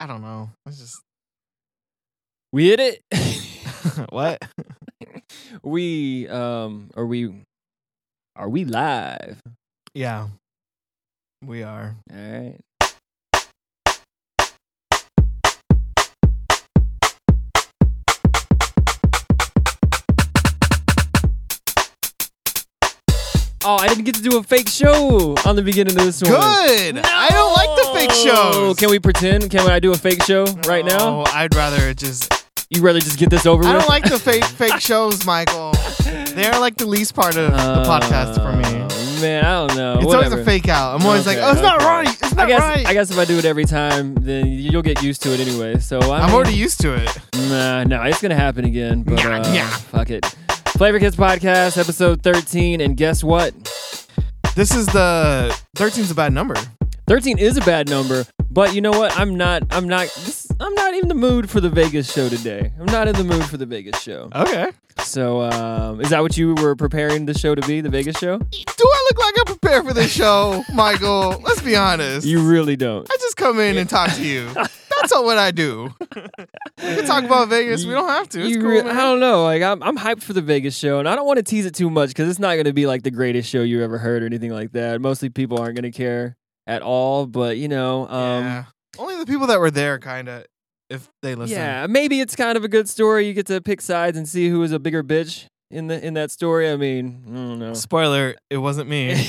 I don't know. It's just We hit it. what? we um are we are we live? Yeah. We are. All right. Oh, I didn't get to do a fake show on the beginning of this one. Good. I don't like the fake No! shows. Can we pretend? Can I do a fake show right now? No, I'd rather it just You'd rather just get this over I with? don't like the fake fake shows, Michael. They're like the least part of the podcast for me. Uh, Man, I don't know. It's Uh, Whatever. always a fake out. I'm always like, Okay, oh, it's not okay. right. It's not I guess right. I guess if I do it every time, then you'll get used to it anyway. So I I'm mean, already used to it. Nah, no, it's gonna happen again. But Yeah, uh, yeah. fuck it. Flavor Kids podcast, episode thirteen, and guess what? This is the 13's a bad number. Thirteen is a bad number, but you know what? I'm not. I'm not. This, I'm not in the mood for the Vegas show today. I'm not in the mood for the Vegas show. Okay. So, um, is that what you were preparing the show to be? The Vegas show? Do I look like I'm prepared for this show, Michael? Let's be honest. You really don't. I just come in and talk to you. That's all what I do. we can talk about Vegas. We don't have to. It's You cool. re- man. I don't know. Like I'm, I'm hyped for the Vegas show, and I don't want to tease it too much because it's not going to be like the greatest show you ever heard or anything like that. Mostly people aren't going to care at all. But you know, um, yeah. Only the people that were there, kind of, if they listen. yeah, maybe it's kind of a good story. You get to pick sides and see who is a bigger bitch in the in that story. I mean, I don't know. Spoiler, it wasn't me.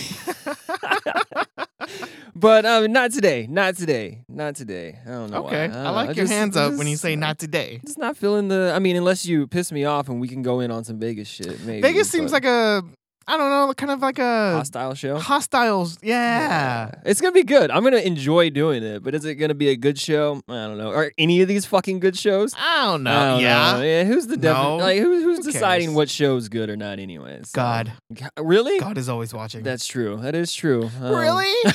but um, not today. Not today. Not today. I don't know. why. okay. don't I, know. like your just- hands up when you just- say not today. Just not feeling the. I mean, unless you piss me off and we can go in on some Vegas shit. Maybe Vegas seems but- like a, I don't know, kind of like a hostile show. hostiles. Yeah. It's gonna be good. I'm gonna enjoy doing it, but is it gonna be a good show? I don't know. Are any of these fucking good shows? I don't know. I don't yeah. know. yeah. Who's the defi- No. like who, who's Who deciding cares? what show's good or not? Anyways, So- God. G- really? God is always watching. uh, That's true. That is true. Um, really?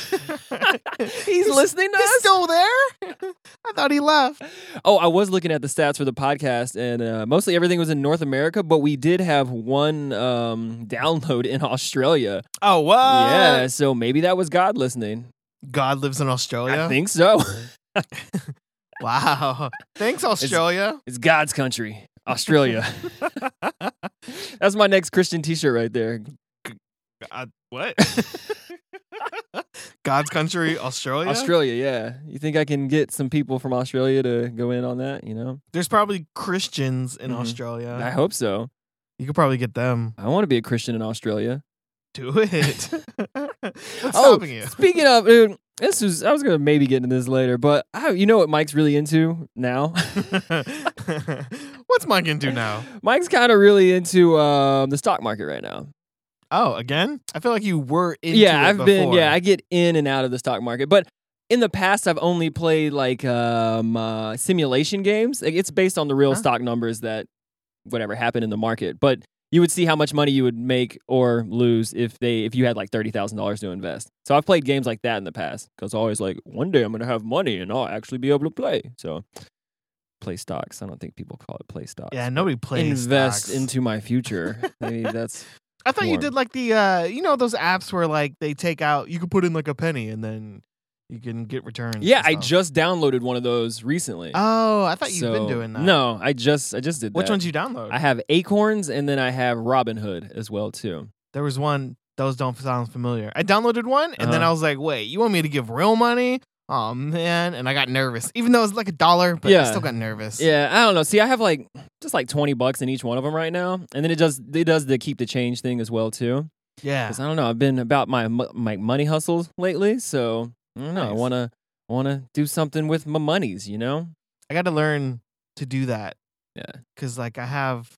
He's listening to He's us. still there? I thought he left. Oh, I was looking at the stats for the podcast, and uh, mostly everything was in North America, but we did have one um, download in Australia. Oh, what? yeah, so maybe that was God listening. God lives in Australia. I think so. Wow. Thanks, Australia. It's God's country, Australia. That's my next Christian T-shirt right there. God, what? God's country, Australia? Australia, yeah. You think I can get some people from Australia to go in on that? You know, There's probably Christians in Mhm. I Australia. hope so. You could probably get them. I want to be a Christian in Australia. Do it. What's Oh, stopping you? Speaking of, dude, this was I was gonna maybe get into this later, but I, you know what Mike's really into now? What's Mike into now? Mike's kind of really into um, the stock market right now. Oh, again? I feel like you were into yeah, it I've been. before. Yeah, I get in and out of the stock market, but in the past, I've only played like um, uh, simulation games. Like, it's based on the real Huh. stock numbers that whatever happened in the market, but you would see how much money you would make or lose if they if you had like thirty thousand dollars to invest. So I've played games like that in the past because always like one day I'm gonna have money and I'll actually be able to play. So play stocks. I don't think people call it play stocks. yeah, but nobody plays invest stocks. into my future. Maybe that's I thought you porn. did like the uh you know those apps where like they take out you can put in like a penny and then you can get returns. and yeah. I stuff. just downloaded one of those recently. Oh, I thought you've been So- doing that. No, I just I just did Which that. ones you download? I have Acorns and then I have Robinhood as well too. there was one. Those don't sound familiar. I downloaded one and then Uh-huh. I was like, wait, you want me to give real money? Oh man, and I got nervous. Even though it's like a dollar, but I Yeah. still got nervous. Yeah, I don't know. See, I have like just like 20 bucks in each one of them right now. And then it does it does the keep the change thing as well too. Yeah. Cuz I don't know, I've been about my mo- my money hustles lately, so I don't know. I Nice. want to want to do something with my monies, you know? I got to learn to do that. Yeah. Cause like I have,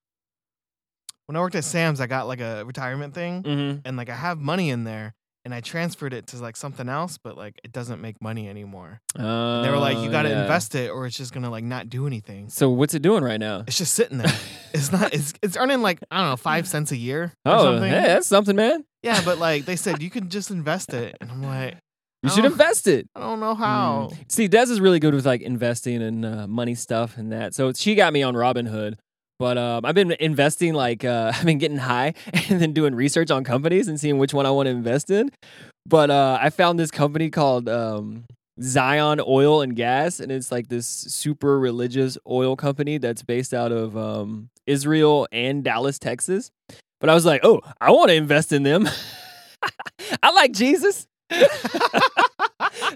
when I worked at Sam's, I got like a retirement thing. Mhm. and like I have money in there and I transferred it to like something else, but like it doesn't make money anymore. And they were like, you Oh, got to yeah. invest it or it's just gonna like not do anything. So what's it doing right now? It's just sitting there. it's not. It's it's earning like I don't know five cents a year. Or Oh, something. hey, that's something, man. Yeah, but like they said, you can just invest it, and I'm like, You should Oh. invest it. I don't know how. Mm. See, Des is really good with like investing and uh, money stuff and that. So she got me on Robinhood. But um, I've been investing like uh, I've been getting high and then doing research on companies and seeing which one I want to invest in. But uh, I found this company called um, Zion Oil and Gas, and it's like this super religious oil company that's based out of um, Israel and Dallas, Texas. But I was like, oh, I want to invest in them. I like Jesus.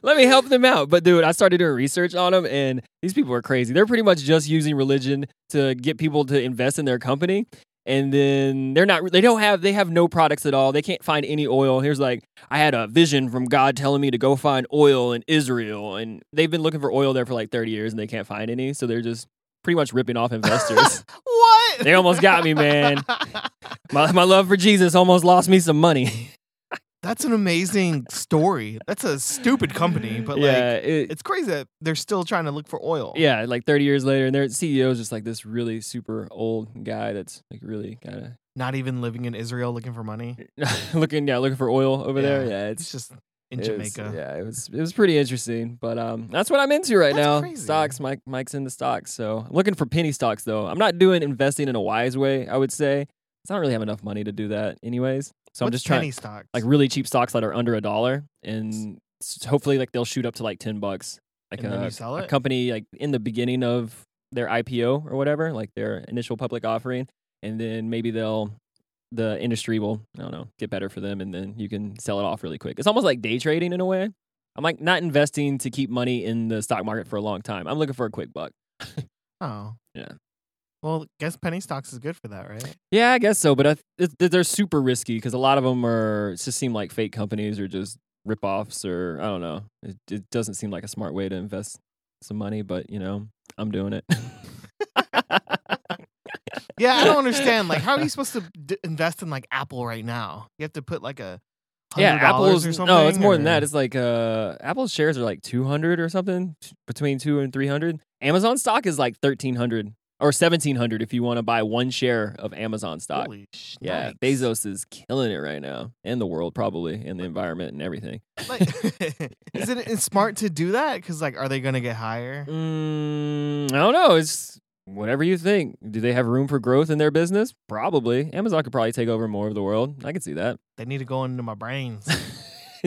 Let me help them out. But dude, I started doing research on them, and these people are crazy. They're pretty much just using religion to get people to invest in their company. And then they're not, they don't have, they have no products at all. They can't find any oil. Here's like, I had a vision from God telling me to go find oil in Israel. And they've been looking for oil there for like 30 years and they can't find any. So they're just pretty much ripping off investors. what? They almost got me, man. my, my love for Jesus almost lost me some money. That's an amazing story. That's a stupid company, but yeah, like it- it's crazy that they're still trying to look for oil. yeah, like 30 years later, and their CEO is just like this really super old guy that's like really kind Not even living in Israel looking for money. of looking, yeah, looking for oil over there. Yeah, Yeah, It's it's just in it's- Jamaica. yeah, it was it was pretty interesting, but um, that's what I'm into right That's now. crazy. Stocks, Mike, Mike's into stocks, so I'm looking for penny stocks though. I'm not doing investing in a wise way. I would say 'cause I don't really have enough money to do that, anyways. So I'm What's just trying penny stocks. like really cheap stocks that are under a dollar, and s- hopefully like they'll shoot up to like ten bucks. Like And a, then you sell a it? company like in the beginning of their IPO or whatever, like their initial public offering, and then maybe they'll the industry will I don't know get better for them, and then you can sell it off really quick. It's almost like day trading in a way. I'm like not investing to keep money in the stock market for a long time. I'm looking for a quick buck. oh. Yeah. Well, guess penny stocks is good for that, right? Yeah, I guess so, but I th- it, th- they're super risky because a lot of them are just seem like fake companies or just ripoffs or I don't know. It, it doesn't seem like a smart way to invest some money, but you know, I'm doing it. Yeah, I don't understand. Like, how are you supposed to d- invest in like Apple right now? You have to put like a yeah, $100 Apple's or something. no, it's more than or- that. It's like uh, Apple shares are like 200 or something, t- between two and 300. Amazon stock is like 1300 or 1700 if you want to buy one share of Amazon stock. Holy sh- yeah, nikes. Bezos is killing it right now, and the world probably, and the environment and everything. Like, is it it's smart to do that? Because like, are they gonna get higher? Mm, I don't know. It's whatever you think. Do they have room for growth in their business? Probably. Amazon could probably take over more of the world. I could see that. They need to go into my brains.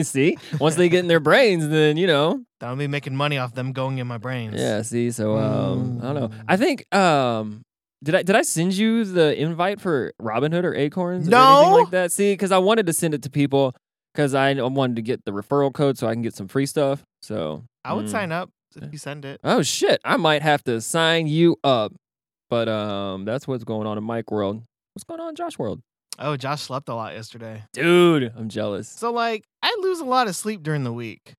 see, once they get in their brains, then you know. That'll be making money off them going in my brains. Yeah. See. So um, I don't know. Mm. I think um. Did I did I send you the invite for Robinhood or Acorns? or No. anything like that. See, because I wanted to send it to people because I wanted to get the referral code so I can get some free stuff. So I would mm. sign up if Yeah. you send it. Oh shit, I might have to sign you up. But um that's what's going on in Mike World. What's going on in Josh World? Oh, Josh slept a lot yesterday. Dude, I'm jealous. So like, I lose a lot of sleep during the week,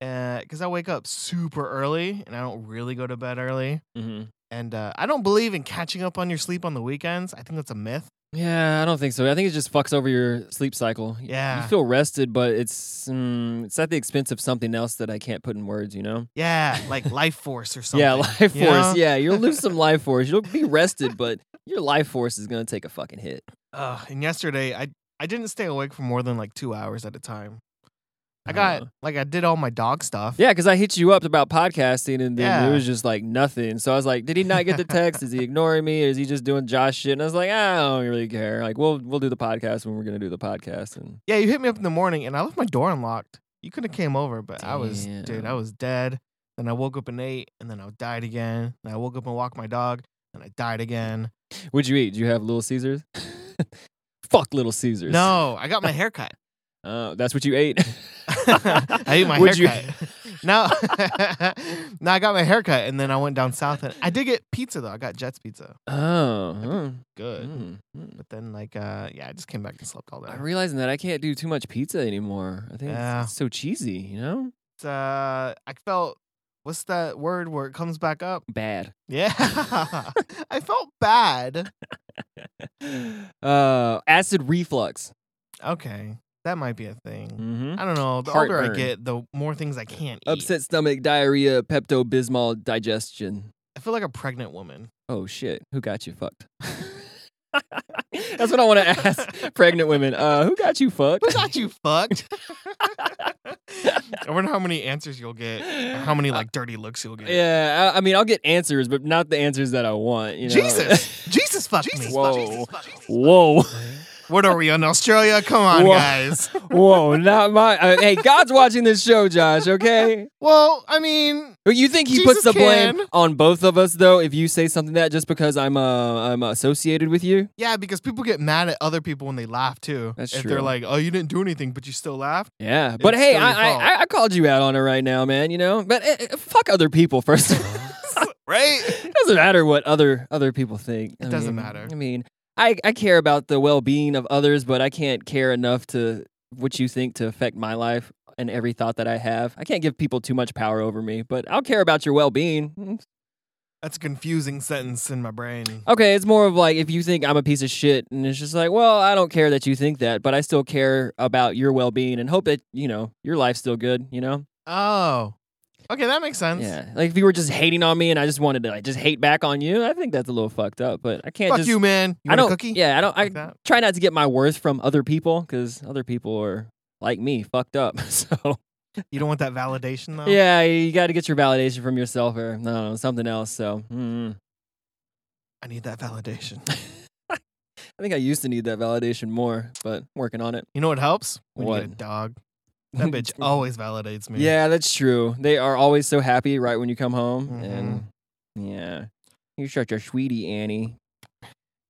because I wake up super early and I don't really go to bed early. hmm And uh, I don't believe in catching up on your sleep on the weekends. I think that's a myth. Yeah, I don't think so. I think it just fucks over your sleep cycle. Y- Yeah. You feel rested, but it's mm, it's at the expense of something else that I can't put in words, you know? Yeah, like life force or something. Yeah, life force. you know? Yeah, you'll lose some life force. You'll be rested, but your life force is gonna take a fucking hit. Ugh, and yesterday, I I didn't stay awake for more than like two hours at a time. I Uh, got like I did all my dog stuff. Yeah, because I hit you up about podcasting and then Yeah. it was just like nothing. So I was like, did he not get the text? Is he ignoring me? Is he just doing Josh shit? And I was like, I don't really care. Like, we'll we'll do the podcast when we're gonna do the podcast. And Yeah, you hit me up in the morning, and I left my door unlocked. You could have came over, but I was dude, I Damn. was dead. Then I woke up and ate, and then I died again. And I woke up and walked my dog, and I died again. what'd you eat? Did you have Little Caesars? Fuck Little Caesars. No, I got my haircut. Uh, that's what you ate. I ate my Would you- haircut. No, no, I got my haircut, and then I went down south, and I did get pizza though. I got Jets pizza, Oh. good. mm, mm. But then like, uh, yeah, I just came back and slept all day. I'm realizing that I can't do too much pizza anymore. I think it's- Yeah. it's so cheesy, you know? It's, uh, I felt what's that word where it comes back up? Bad. Yeah, I felt bad. Uh, acid reflux. Okay, that might be a thing. Mm-hmm. I don't know. The older I Heartburn. get, the more things I can't eat. Upset stomach, diarrhea, Pepto Bismol, digestion. I feel like a pregnant woman. Oh shit, who got you fucked? That's what I want to ask pregnant women. Uh, who got you fucked? Who got you fucked? I wonder how many answers you'll get. or How many like dirty looks you'll get? Uh, Yeah, I, I mean, I'll get answers, but not the answers that I want. You know? Jesus, Jesus fucked me. Whoa. Whoa. What are we on Australia? Come on, Wha- guys. Whoa, not my. Uh, hey, God's watching this show, Josh. Okay. Well, I mean, But You think he Jesus puts the blame can. on both of us, though? If you say something that just because I'm uh, I'm associated with you, yeah, because people get mad at other people when they laugh too. That's if true. they're like, "Oh, you didn't do anything, but you still laughed." yeah. But It's hey, still your I, I I- I called you out on it right now, man. You know, but eh, eh, fuck other people first. of all. Right? it doesn't matter what other other people think. It doesn't mean- matter. I mean, I I care about the well being of others, but I can't care enough to what you think to affect my life and every thought that I have. I can't give people too much power over me, but I'll care about your well being. That's a confusing sentence in my brain. Okay, it's more of like if you think I'm a piece of shit, and it's just like, well, I don't care that you think that, but I still care about your well being and hope that you know your life's still good. You know, Oh, okay, that makes sense. yeah. Like if you were just hating on me, and I just wanted to like just hate back on you, I think that's a little fucked up. But I can't Fuck just. you, man. You I want don't. a cookie? Yeah, I don't. I Like that? try not to get my worth from other people because other people are like me, fucked up. So You don't want that validation though. yeah, you got to get your validation from yourself or I don't know, something else. So mm. I need that validation. I think I used to need that validation more, but working on it. You know what helps? When you get a What? dog. That bitch always validates me. Yeah, that's true. They are always so happy right when you come home, Mhm. and yeah, you're such a sweetie, Annie.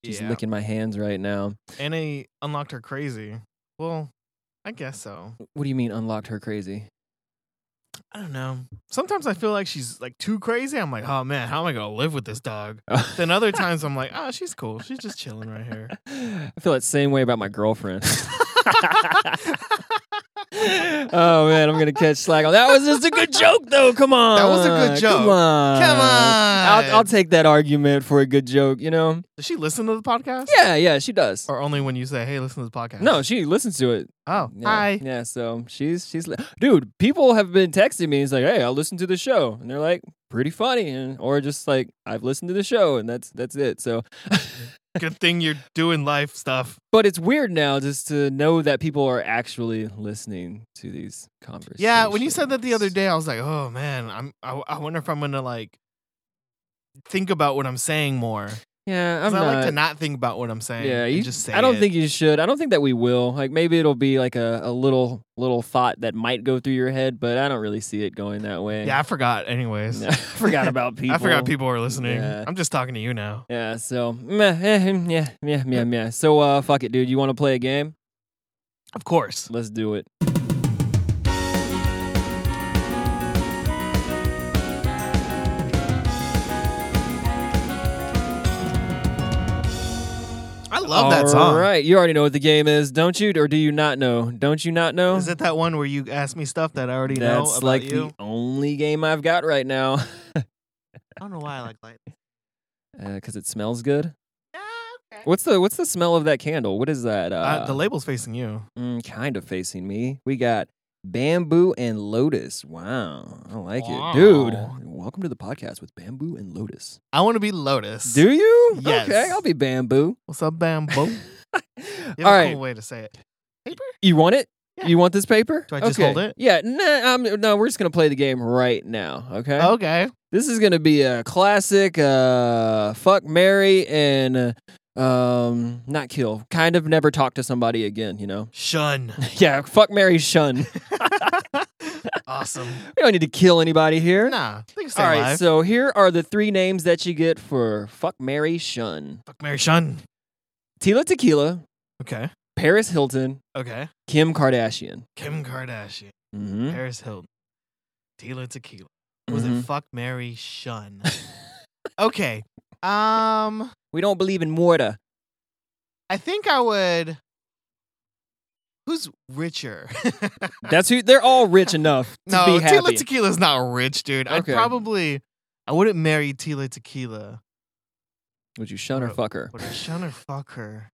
She's Yeah. licking my hands right now. And he unlocked her crazy. Well, I guess so. What do you mean unlocked her crazy? Mm, I don't know. Sometimes I feel like she's like too crazy. I'm like, oh man, how am I gonna live with this dog? Then other times I'm like, oh, she's cool. She's just chilling right here. I feel that same way about my girlfriend. Uh, oh man, I'm gonna catch slack on that. Was just a good joke though. Come on, That was a good joke. Come Come on, Come on. I'll, I'll take that argument for a good joke. You know? Does she listen to the podcast? Yeah, yeah, she does. Or only when you say, hey, listen to the podcast? No, she listens to it. Oh, Yeah, hi. Yeah, so she's she's li- dude. People have been texting me. It's like, hey, I listened to the show, and they're like, pretty funny, and or just like, I've listened to the show, and that's that's it. So, Good thing you're doing life stuff. but it's weird now just to know that people are actually listening to these conversations. Yeah, when you said that the other day, I was like, oh man, I'm. I, I wonder if I'm gonna like think about what I'm saying more. yeah, 'Cause I'm I not. like to not think about what I'm saying. yeah, and you just say. I don't it. think you should. I don't think that we will. Like maybe it'll be like a, a little little thought that might go through your head, but I don't really see it going that way. Yeah, I forgot. Anyways, I forgot about people. I forgot people were listening. Yeah. I'm just talking to you now. Yeah, so meh, eh, hmm, yeah, yeah, yeah, yeah. So uh fuck it, dude. You wanna play a game? Of course. Let's do it. I love that song. All right. You already know what the game is, don't you? Or do you not know? Don't you not know? Is it that one where you ask me stuff that I already know That's about like you? the only game I've got right now. I don't know why I like light. Uh, Cause it smells good. Ah, okay. What's the what's the smell of that candle? What is that? Uh, Uh, the label's facing you. mm, kind of facing me. We got bamboo and lotus. Wow, I like it, dude. Wow. Welcome to the podcast with bamboo and lotus. I want to be Lotus. Do you? Yes. Okay, I'll be bamboo. What's up, Bambo? You have All a right, cool way to say it. You want it? Yeah. You want this paper? Do I just Okay. hold it? Yeah. Nah, um, no, we're just going to play the game right now. Okay. Okay. This is going to be a classic uh, fuck, Mary, and uh, um, not kill. Kind of never talk to somebody again, you know? Shun. yeah. Fuck, Mary, shun. awesome. we don't need to kill anybody here. Nah, they can stay All right. alive. So here are the three names that you get for fuck, Mary, shun Fuck Mary Shun. Tila Tequila, Okay. Paris Hilton, Okay. Kim Kardashian. Kim Kardashian, Mm-hmm. Paris Hilton, Tila Tequila. Was Mhm. it fuck Mary Shun? okay. Um, We don't believe in mortar. I think I would. Who's richer? That's who they're all rich enough to no, be happy. Tila Tequila's not rich, dude. I'd Okay. probably. I wouldn't marry Tila Tequila, Would you shun or Bro. fuck her? but I'd shun or fuck her.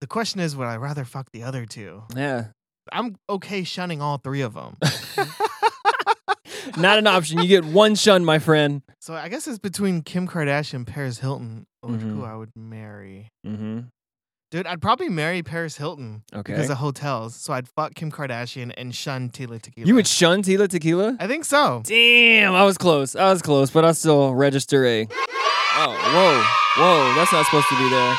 The question is, would I rather fuck the other two? Yeah, I'm okay shunning all three of them. not an option. You get one shun, my friend. So I guess it's between Kim Kardashian and Paris Hilton or Mhm. who I would marry. Mm-hmm. Dude, I'd probably marry Paris Hilton Okay. because of hotels. So I'd fuck Kim Kardashian and shun Tila Tequila. You would shun Tila Tequila? I think so. Damn, I was close. I was close, but I still register a. Oh, whoa, whoa, that's not supposed to be there.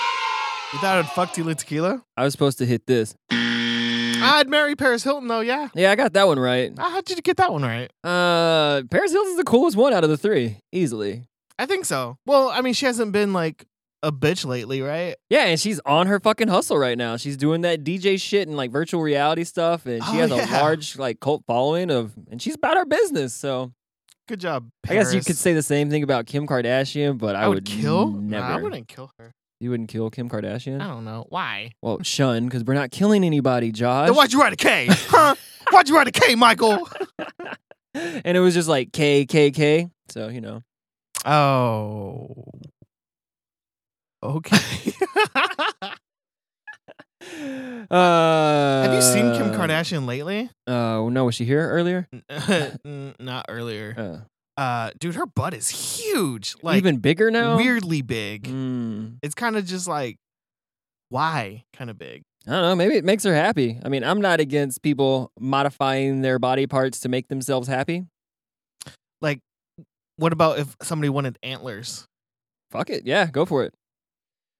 You thought I'd fuck Tila Tequila? I was supposed to hit this. I'd marry Paris Hilton though. Yeah. Yeah, I got that one right. Ah, How did you get that one right? Uh, Paris Hilton's the coolest one out of the three, easily. I think so. Well, I mean, she hasn't been like a bitch lately, right? Yeah, and she's on her fucking hustle right now. She's doing that DJ shit and like virtual reality stuff, and she Oh, has yeah. a large like cult following of, and she's about her business. So Good job. I guess you Paris. could say the same thing about Kim Kardashian, but I, I, would, kill. never. Nah, I wouldn't kill her. You wouldn't kill Kim I Kardashian? don't know why. Well, shun, because we're not killing anybody, Josh. Then why'd you write a K? huh? Why'd you write a K, Michael? and it was just like K K K. So you know, Oh. Okay. uh, Have you seen Kim Kardashian lately? Oh no, was she here earlier? Mm, Not earlier. Uh, Uh, dude, her butt is huge. Like even bigger now. weirdly big. Mm. It's kind of just like why kind of big. I don't know. Maybe it makes her happy. I mean, I'm not against people modifying their body parts to make themselves happy. What about if somebody wanted antlers? Fuck it. Yeah, go for it.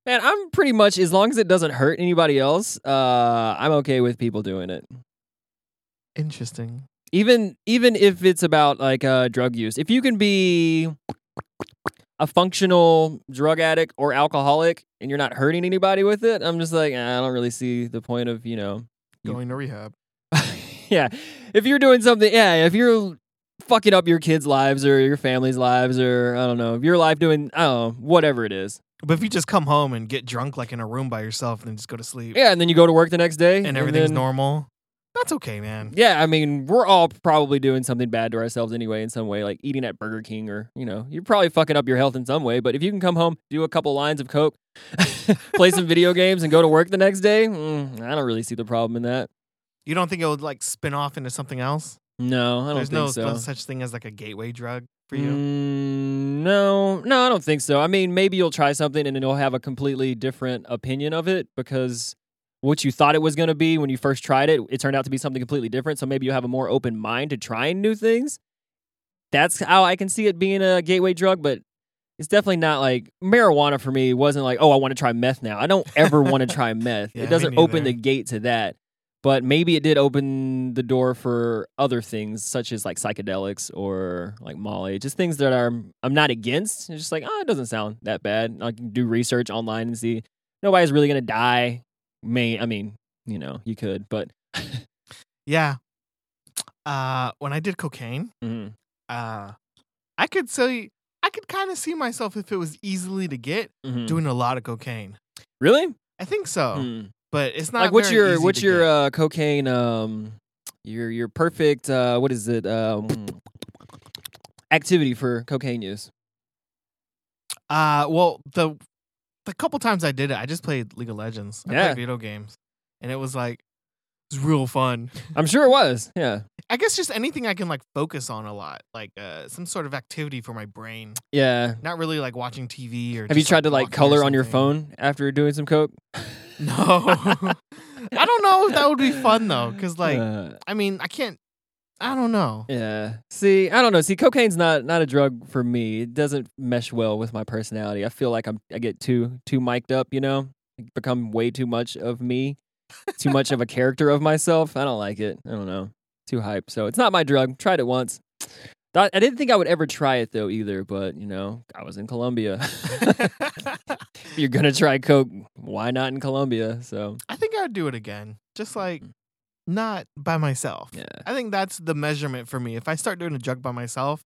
Man, I'm pretty much as long as it doesn't hurt anybody else, uh, I'm okay with people doing it. Interesting. Even even if it's about like uh, drug use. If you can be a functional drug addict or alcoholic and you're not hurting anybody with it, I'm just like, eh, I don't really see the point of, you know, You- Going to rehab. yeah. If you're doing something, yeah, if you're fucking up your kids' lives or your family's lives or I don't know, if your life doing, I don't know, whatever it is. But if you just come home and get drunk like in a room by yourself and then just go to sleep Yeah, and then you go to work the next day and everything's then- normal, that's okay, man. Yeah, I mean, we're all probably doing something bad to ourselves anyway in some way, like eating at Burger King or, you know, you're probably fucking up your health in some way, but if you can come home, do a couple lines of coke, play some video games and go to work the next day, mm, I don't really see the problem in that. You don't think it would like spin off into something else? No, I don't There's think no so. no such thing as like a gateway drug for you. Mm, no, no, I don't think so. I mean, maybe you'll try something and it'll have a completely different opinion of it because what you thought it was going to be when you first tried it, it turned out to be something completely different. So maybe you have a more open mind to trying new things. That's how I can see it being a gateway drug, but it's definitely not like marijuana for me wasn't like, oh, I want to try meth now. I don't ever want to try meth. Yeah, me it doesn't open neither. the gate to that. But maybe it did open the door for other things, such as like psychedelics or like Molly, just things that are I'm not against. It's just like, oh, it doesn't sound that bad. I can do research online and see nobody's really gonna die. May I mean, you know, you could, but Yeah. Uh, when I did cocaine, mhm. uh, I could say I could kind of see myself if it was easily to get Mhm. doing a lot of cocaine. really, I think so, Hmm. but Oh. it's not like what's very your easy what's to your get. uh, cocaine? Um, your your perfect uh, what is it? Um, activity for cocaine use. Uh, well, the the couple times I did it, I just played League of Legends. I Yeah. played video games, and it was like it's real fun. I'm sure it was. Yeah, I guess just anything I can like focus on a lot, like uh, some sort of activity for my brain. yeah. Not really like watching TV or. Have you just, tried to like walking or color on your something. phone after doing some coke? No. I don't know if that would be fun though, because like Uh, I mean I can't. I don't know. yeah. See, I don't know. See, cocaine's not not a drug for me. It doesn't mesh well with my personality. I feel like I'm I get too too mic'd up. You know, I become way too much of me, too much of a character of myself. I don't like it. I don't know. Too hype. So it's not my drug. Tried it once. Thought, I didn't think I would ever try it though either. But you know, I was in Colombia. You're gonna try coke. Why not in Colombia? So I think I would do it again, just like not by myself. Mm. yeah. I think that's the measurement for me. If I start doing a drug by myself,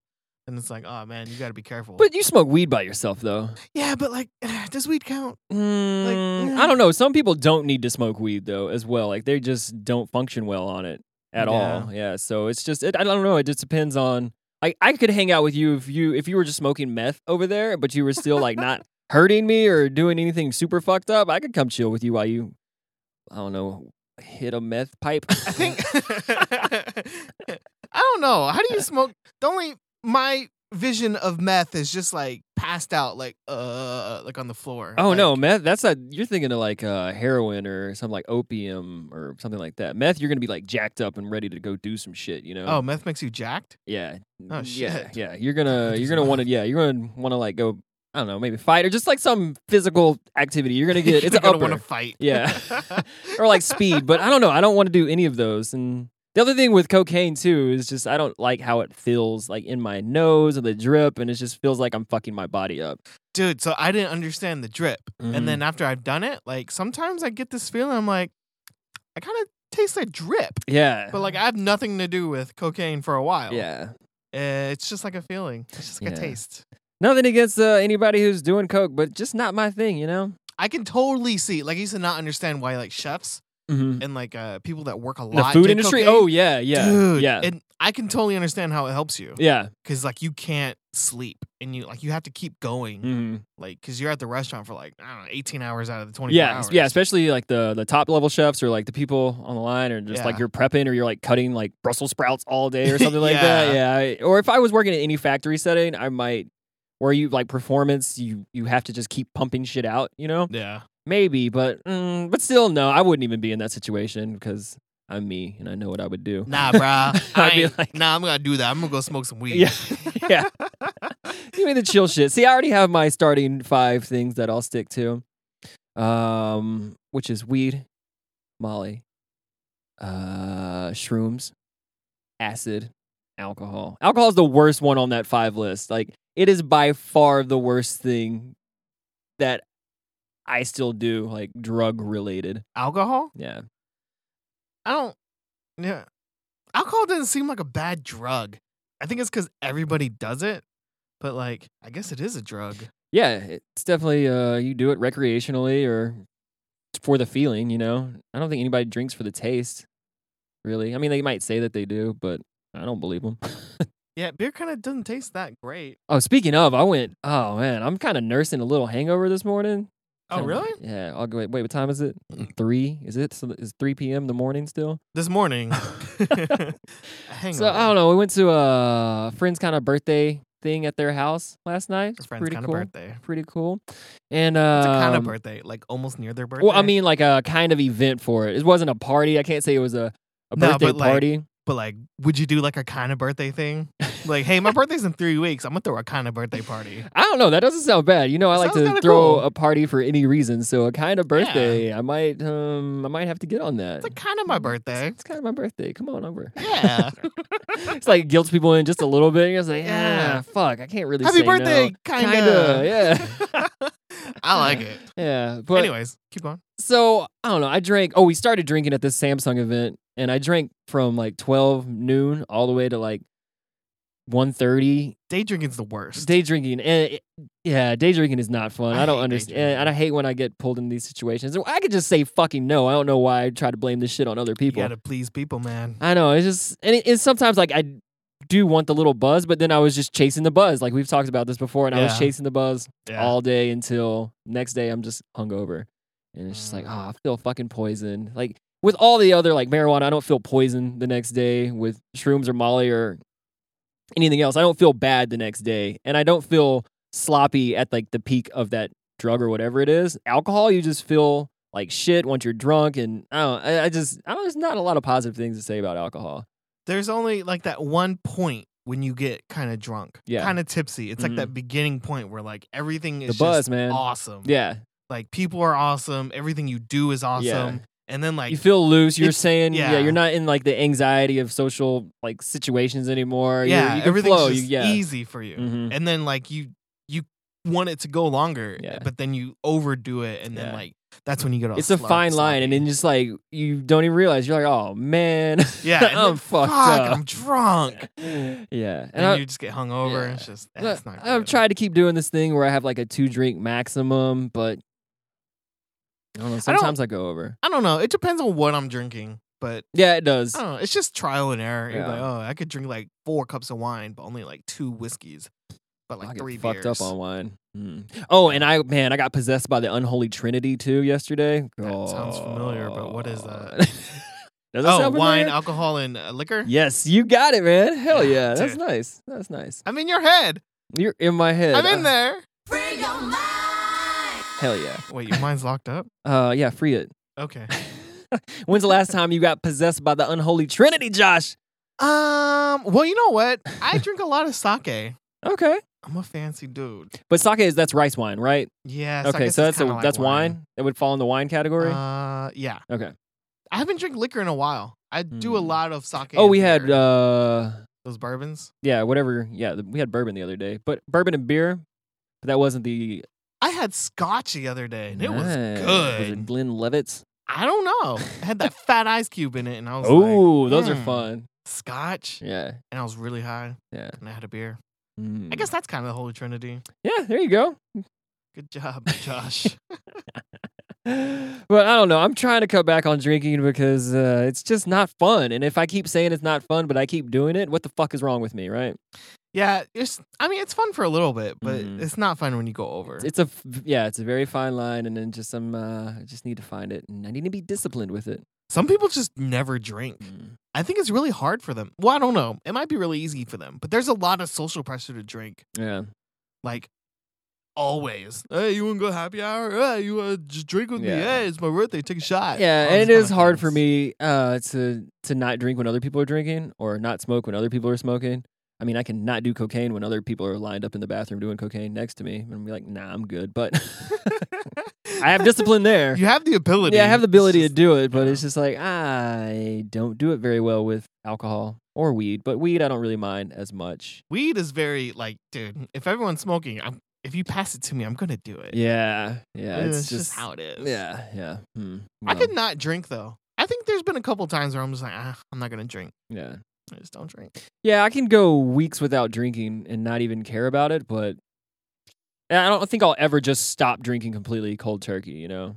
then it's like, oh man, you got to be careful. But you smoke weed by yourself though. yeah, but like, does weed count? Mm, I don't know. Some people don't need to smoke weed though, as well. Like they just don't function well on it at all. Yeah. So it's just it, I don't know. It just depends on. Like I could hang out with you if you if you were just smoking meth over there, but you were still like not hurting me or doing anything super fucked up. I could come chill with you while you, I don't know, hit a meth pipe. I think. I don't know. How do you smoke? The only my vision of meth is just like passed out, like uh, like on the floor. Oh no, Like, meth. That's not. You're thinking of like uh, heroin or something like opium or something like that. Meth, you're gonna be like jacked up and ready to go do some shit. You know. Oh, meth makes you jacked. Yeah. Oh, Yeah. shit. Yeah. You're gonna Which you're is gonna wild. want to yeah you're gonna want to like go I don't know, maybe fight or just like some physical activity. You're gonna get it's You're an gonna upper want to fight. Yeah. or like speed, but I don't know. I don't want to do any of those. And the other thing with cocaine too is just I don't like how it feels like in my nose and the drip, and it just feels like I'm fucking my body up. Dude, so I didn't understand the drip. Mm-hmm. And then after I've done it, like sometimes I get this feeling I'm like, I kind of taste like drip. Yeah, But like I have nothing to do with cocaine for a while. Uh-huh. yeah. Uh, it's just like a feeling. It's just like Yeah. a taste. Nothing against uh, anybody who's doing coke, but just not my thing, you know. I can totally see. Like I used to not understand why like chefs Mm-hmm. and like uh people that work a lot The food do industry. cocaine. Oh yeah, yeah, Dude, yeah, And I can totally understand how it helps you yeah. because like you can't sleep and you like you have to keep going Mm-hmm. like because you're at the restaurant for like I don't know 18 hours out of the 24 Yeah, hours. yeah. Especially like the the top level chefs or like the people on the line, or just like Yeah. you're prepping or you're like cutting like Brussels sprouts all day or something like that. Yeah. Yeah. I- Or if I was working in any factory setting, I might. Where you like performance, you you have to just keep pumping shit out, you know? Yeah. Maybe, but mm, but still, no, I wouldn't even be in that situation because I'm me and I know what I would do. Nah, bruh. I I'd be ain't- like- nah, I'm gonna do that. I'm gonna go smoke some weed. Yeah, yeah. Give me the chill shit. See, I already have my starting five things that I'll stick to, um, which is weed, Molly, uh, shrooms, acid, alcohol. Alcohol is the worst one on that five list. Like, it is by far the worst thing that I still do, like drug related. Alcohol? Yeah, I don't. Yeah. Alcohol doesn't seem like a bad drug. I think it's because everybody does it, but like, I guess it is a drug. yeah, it's definitely uh, you do it recreationally or for the feeling, you know. I don't think anybody drinks for the taste, really. I mean, they might say that they do, but I don't believe them. Yeah, beer kind of doesn't taste that great. oh, speaking of, I went. Oh man, I'm kind of nursing a little hangover this morning. Oh, Kinda- really? Mm. Yeah. I'll go. Wait, wait, what time is it? Three? Is it? So is three p.m. the morning still? This morning. Hang So I don't know. We went to a friend's kind of birthday thing at their house last night. It's friend's pretty kind cool. of birthday. Pretty cool. And It's uh, a kind of birthday, like almost near their birthday. Well, I mean, like a kind of event for it. It wasn't a party. I can't say it was a, a No, birthday but, like- party. but like, would you do like a kind of birthday thing? Like, hey, my birthday's in three weeks. I'm gonna throw a kind of birthday party. I don't know. That doesn't sound bad. You know, I like Sounds to kinda throw cool. a party for any reason. So a kind of birthday, I might, um, I might have to get on that. It's like kind of my birthday. It's kind of my birthday. Come on over. Yeah. it's like guilts people in just a little bit. You're just like, yeah, Yeah. fuck, I can't really. Happy say no." birthday, kinda. Kinda, yeah. I like it. Yeah, but Anyways, keep going. so I don't know. I drank. Oh, we started drinking at this Samsung event, and I drank from like twelve noon all the way to like one thirty. Day drinking's the worst. Day drinking, and yeah, day drinking is not fun. I, I don't hate day understand, drinking. and I hate when I get pulled in these situations. I could just say fucking no. I don't know why I try to blame this shit on other people. You gotta please people, man. I know it's just, and it, it's sometimes like I do want the little buzz, but then I was just chasing the buzz. Like we've talked about this before, and I was Yeah. chasing the buzz Yeah. all day until next day I'm just hungover. And it's just like, oh, Mm. I feel fucking poisoned. Like with all the other like marijuana, I don't feel poisoned the next day with shrooms or Molly or anything else. I don't feel bad the next day. And I don't feel sloppy at like the peak of that drug or whatever it is. Alcohol, you just feel like shit once you're drunk and I don't I, I just I don't there's not a lot of positive things to say about alcohol. There's only like that one point when you get kind of drunk, Yeah. kind of tipsy. It's Mhm. like that beginning point where like everything is the buzz, just man. awesome. Yeah. Like people are awesome. Everything you do is awesome. And then like you feel loose. You're it's- saying, yeah. yeah. you're not in like the anxiety of social like situations anymore. You- yeah, you, can everything's flow. just you, yeah. easy for you. Mhm. And then like you you want it to go longer, Yeah. but then you overdo it, and then Yeah. like that's when you get all It's a slop- fine line, and sloppy. then just like you don't even realize you're like, oh man, yeah, and I'm then, fucked fuck, up. I'm drunk. yeah, and, And, I, you just get hung over. yeah. It's just look, that's not. I've good. tried to keep doing this thing where I have like a two drink maximum, but I don't know. I don't- Sometimes I, go over. I don't know. It depends on what I'm drinking, but Yeah, it does. I don't know. It's just trial and error. You're Yeah. like, oh, I could drink like four cups of wine, but only like two whiskeys, but like I get three fucked beers. up on wine. Mm. Oh, and I man, I got possessed by the unholy trinity too yesterday. That sounds familiar, but what is that? God. Does that oh, sound wine, familiar? alcohol, and uh, liquor. Yes, you got it, man. Hell yeah, Yeah, that's dude. nice. That's nice. I'm in your head. You're in my head. I'm in Uh, there. Free your mind. Hell yeah. Wait, your mind's locked up. Uh, yeah, free it. Okay. When's the last time you got possessed by the unholy trinity, Josh? Um. Well, you know what? I drink a lot of sake. Okay. I'm a fancy dude. But sake is that's rice wine, right? Yeah. I guess okay, so it's that's a, kinda like that's wine. that would fall in the wine category. Uh, yeah. okay. I haven't drank liquor in a while. I do a Hmm. lot of sake. Oh, and we had beer. uh those bourbons. yeah, whatever. Yeah, th- we had bourbon the other day, but bourbon and beer. But that wasn't the. I had scotch the other day, and it Nice. was Was it good. Glenn Levitts? I don't know. It had that fat ice cube in it, and I was like, Oh, those are hmm. fun. scotch, Yeah, and I was really high, yeah. and I had a beer. Mm. I guess that's kind of the holy trinity. Yeah, there you go. Good job, Josh. But I don't know. I'm trying to cut back on drinking because uh, it's just not fun. And if I keep saying it's not fun, but I keep doing it, what the fuck is wrong with me, right? yeah, it's. I mean, it's fun for a little bit, but Mhm. it's not fun when you go over. It's a f- yeah, it's a very fine line, and then just some uh, I just need to find it, and I need to be disciplined with it. Some people just never drink. Mm. I think it's really hard for them. Well, I don't know. It might be really easy for them, but there's a lot of social pressure to drink. Yeah, Like always. Hey, you wanna go happy hour? Hey, you wanna just drink with Yeah. me? Hey, it's my birthday. Take a shot. yeah, All and those it kinda is hard for things. me uh, to to not drink when other people are drinking, or not smoke when other people are smoking. I mean, I can not do cocaine when other people are lined up in the bathroom doing cocaine next to me, and I'm like, nah, I'm good. But I have discipline there. You have the ability. Yeah, I have the It's ability just- to do it, but yeah. it's just like I don't do it very well with alcohol or weed. But weed, I don't really mind as much. Weed is very like, dude. If everyone's smoking, I'm, if you pass it to me, I'm gonna do it. Yeah, yeah, Uh, it's, just, just, how it is. Yeah, yeah. Hmm, I no, could not drink though. I think there's been a couple times where I'm just like, ah, I'm not gonna drink. Yeah, I just don't drink. yeah. I can go weeks without drinking and not even care about it, but I don't think I'll ever just stop drinking completely cold turkey. You know?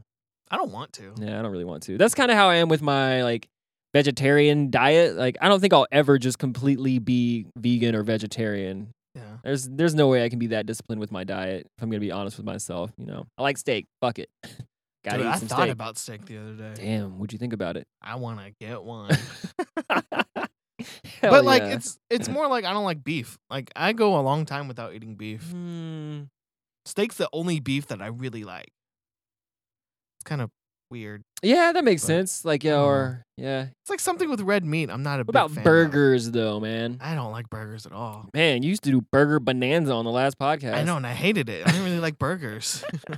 I don't want to. Yeah, I don't really want to. That's kind of how I am with my like vegetarian diet. Like, I don't think I'll ever just completely be vegan or vegetarian. Yeah. There's there's no way I can be that disciplined with my diet if I'm gonna be honest with myself. You know, I like steak. Fuck it. Gotta Dude, eat I some thought steak. about steak the other day. Damn, what'd you think about it? I want to get one. Hell but like yeah. it's it's more like I don't like beef. Like I go a long time without eating beef. Hmm. Steak's the only beef that I really like. It's kind of weird. yeah, that makes But- sense. Like yeah, Hmm. or yeah. It's like something with red meat. I'm not a What big about fan of. burgers though, man? I don't like burgers at all. Man, you used to do burger bonanza on the last podcast. I know, and I hated it. I didn't really like burgers.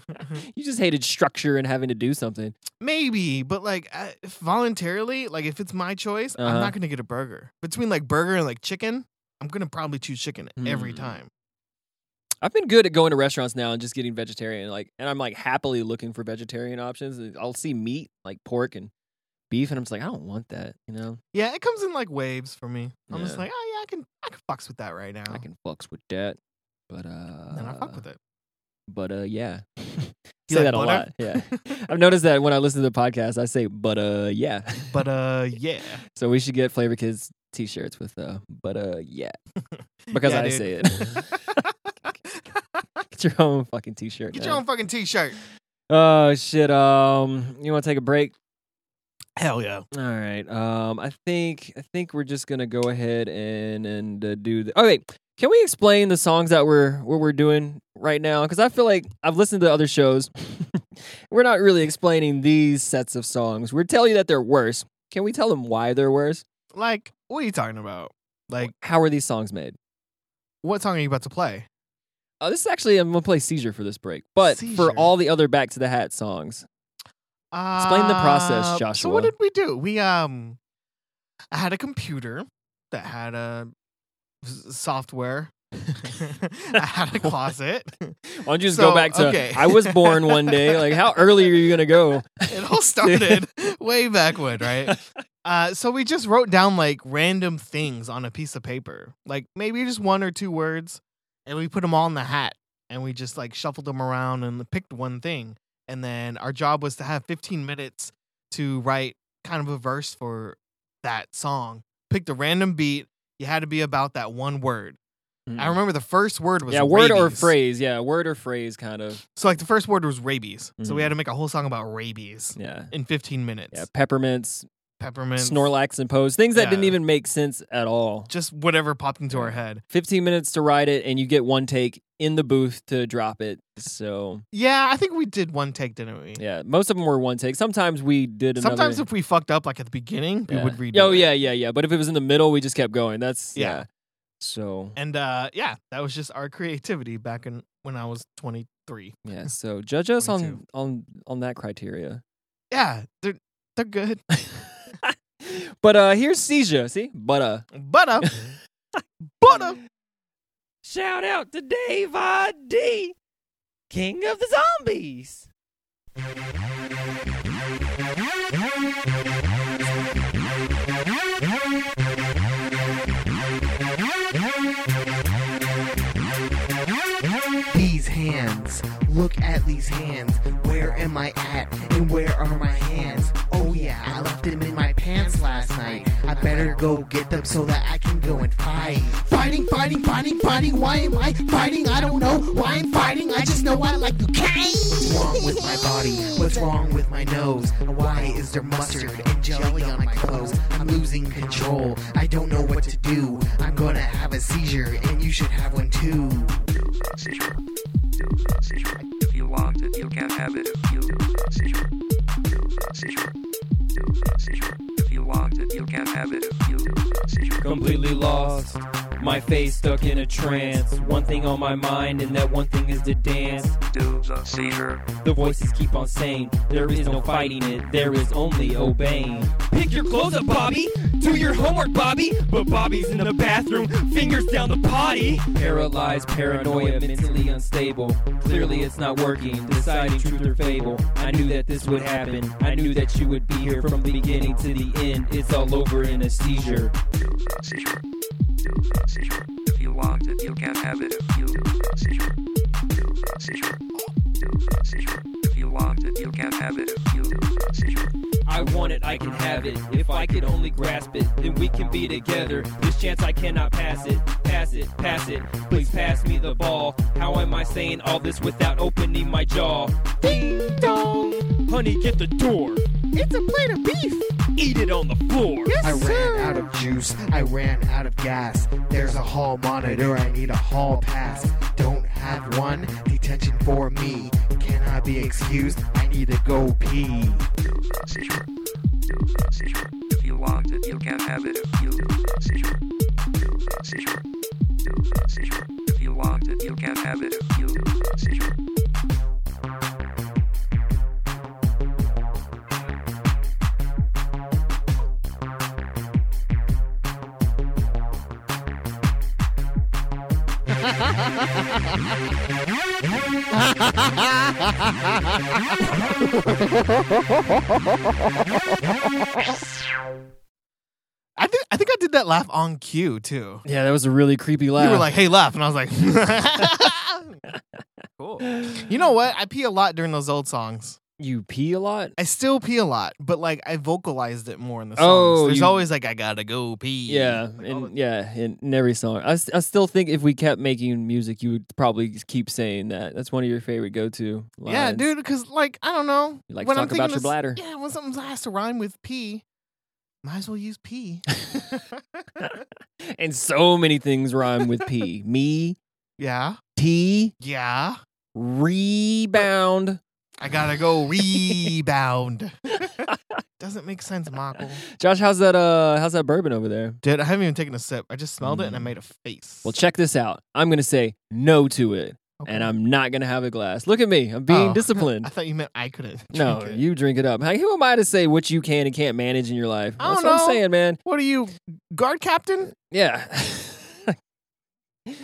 You just hated structure and having to do something. Maybe, but like I, if voluntarily, like if it's my choice, I'm Uh-huh. not gonna get a burger. Between like burger and like chicken, I'm gonna probably choose chicken every Hmm. time. I've been good at going to restaurants now and just getting vegetarian. Like, and I'm like happily looking for vegetarian options. And I'll see meat, like pork and beef, and I'm just like, I don't want that. You know, Yeah, it comes in like waves for me. I'm just Yeah. like, oh yeah, I can, I can fucks with that right now. I can fucks with that, but uh, and I fuck with it. But uh, yeah, You like say that a butter? lot. Yeah, I've noticed that when I listen to the podcast, I say, but uh, yeah. But uh, yeah, so we should get Flavor Kids t-shirts with uh, but uh, yeah, because Yeah, I dude. say it. get your own fucking t-shirt. Get your man. own fucking t-shirt. Oh shit. Um, you want to take a break? Hell yeah. All right. Um, I think I think we're just gonna go ahead and and uh, do. The- okay, can we explain the songs that we're what we're doing right now? Because I feel like I've listened to other shows. we're not really explaining these sets of songs. We're telling you that they're worse. Can we tell them why they're worse? Like, what are you talking about? Like, How are these songs made? what song are you about to play? Oh, this is actually I'm gonna play Seizure for this break, but for Seizure. all the other Back to the Hat songs, Explain the process, Uh, So Joshua. what did we do? We um, I had a computer that had a s- software. I had a What? closet. why don't you just So, go back to okay. I was born one day. Like, how early are you gonna go? it all started way back when, right? Uh, so we just wrote down like random things on a piece of paper, like maybe just one or two words, and we put them all in the hat, and we just like shuffled them around and picked one thing, and then our job was to have 15 minutes to write kind of a verse for that song. Picked a random beat. You had to be about that one word. I remember the first word was Mm. yeah, word or rabies. phrase. Yeah, word or phrase, kind of. So like the first word was rabies. So we Mhm. had to make a whole song about rabies Yeah, in 15 minutes. yeah. Peppermints, Peppermint, Snorlax, and Pose. Things that didn't Yeah. even make sense at all. just whatever popped into our Yeah. head. Fifteen minutes to write it, and you get one take in the booth to drop it. So Yeah, I think we did one take, didn't we? yeah, most of them were one take. Sometimes we did. Another, Sometimes if we fucked up, like at the beginning, yeah. we would read. Oh yeah, yeah, yeah. But if it was in the middle, we just kept going. That's yeah. Yeah. So And uh, yeah, that was just our creativity back in when I was 23. yeah, so judge us Me on too. on on that criteria. Yeah, they're they're good. but uh here's Seizure. See, but uh, Butter, butter. Shout out to Dave ID, King of the Zombies. These hands, look at these hands. Where am I at? And where are my hands? Oh yeah, I left them in my pants last night. I better go get them so that I can go and fight. Fighting, fighting, fighting, fighting. Why am I fighting? I don't know why I'm fighting. I just know I like to cave. What's wrong with my body? What's wrong with my nose? Why is there mustard and jelly on my clothes? I'm losing control. I don't know what to do. I'm gonna have a seizure, and you should have one too. You've got seizure. You've got seizure. If you want it, you can have it. You've got seizure. You've got seizure. You've got seizure. If you want it, you can have it. You've got seizure. completely lost. My face stuck in a trance. One thing on my mind, and that one thing is to dance. Do the seizure. The voices keep on saying, There is no fighting it, there is only obeying. Pick your clothes up, Bobby! Do your homework, Bobby! But Bobby's in the bathroom, fingers down the potty! Paralyzed, paranoia, mentally unstable. Clearly it's not working, deciding truth or fable. I knew that this would happen, I knew that you would be here from the beginning to the end. It's all over in a seizure. You've got seizure. You've got seizure. If you want it, you can have it. You've got seizure. You've got seizure. You've got seizure. If you want it, you can have it. You've got seizure. I want it, I can have it. If I could only grasp it, then we can be together. This chance I cannot pass it, pass it, pass it. Please pass me the ball. How am I saying all this without opening my jaw? Ding dong! Honey, get the door. It's a plate of beef. Eat it on the floor. I ran out of juice. I ran out of gas. There's a hall monitor. I need a hall pass. Don't have one. Detention for me. Can I be excused? I need to go pee. You've got seizure. You've got seizure. If you want it, you can have it. You've got seizure. You've got seizure. You've got seizure. If you want it, you can have it. You've got seizure. I think I think I did that laugh on cue too. Yeah, that was a really creepy laugh. You were like, "Hey, laugh," and I was like, "Cool." You know what? I pee a lot during those old songs. you pee a lot. I still pee a lot, but like I vocalized it more in the songs. Oh, There's you- always like I gotta go pee. Yeah, Like, all and yeah, in, in every song. I, s- I still think if we kept making music, you would probably just keep saying that. That's one of your favorite go-to the- lines. yeah, dude. Because like I don't know. You like when to I'm talk about thinking your of- bladder. Yeah, when something has to rhyme with pee, might as well use pee. And so many things rhyme with P. Me, yeah, T, yeah. rebound. I gotta go rebound. Doesn't make sense, Michael. Josh, how's that uh how's that bourbon over there? Dude, I haven't even taken a sip. I just smelled it and I Mm. made a face. Well, check this out. I'm gonna say no to it, Okay. and I'm not gonna have a glass. Look at me. I'm being Oh. I disciplined. thought you meant I couldn't. no, drink it. you drink it up. Hey, who am I to say what you can and can't manage in your life? I That's don't what I'm know. saying, man. What are you, guard captain? Yeah.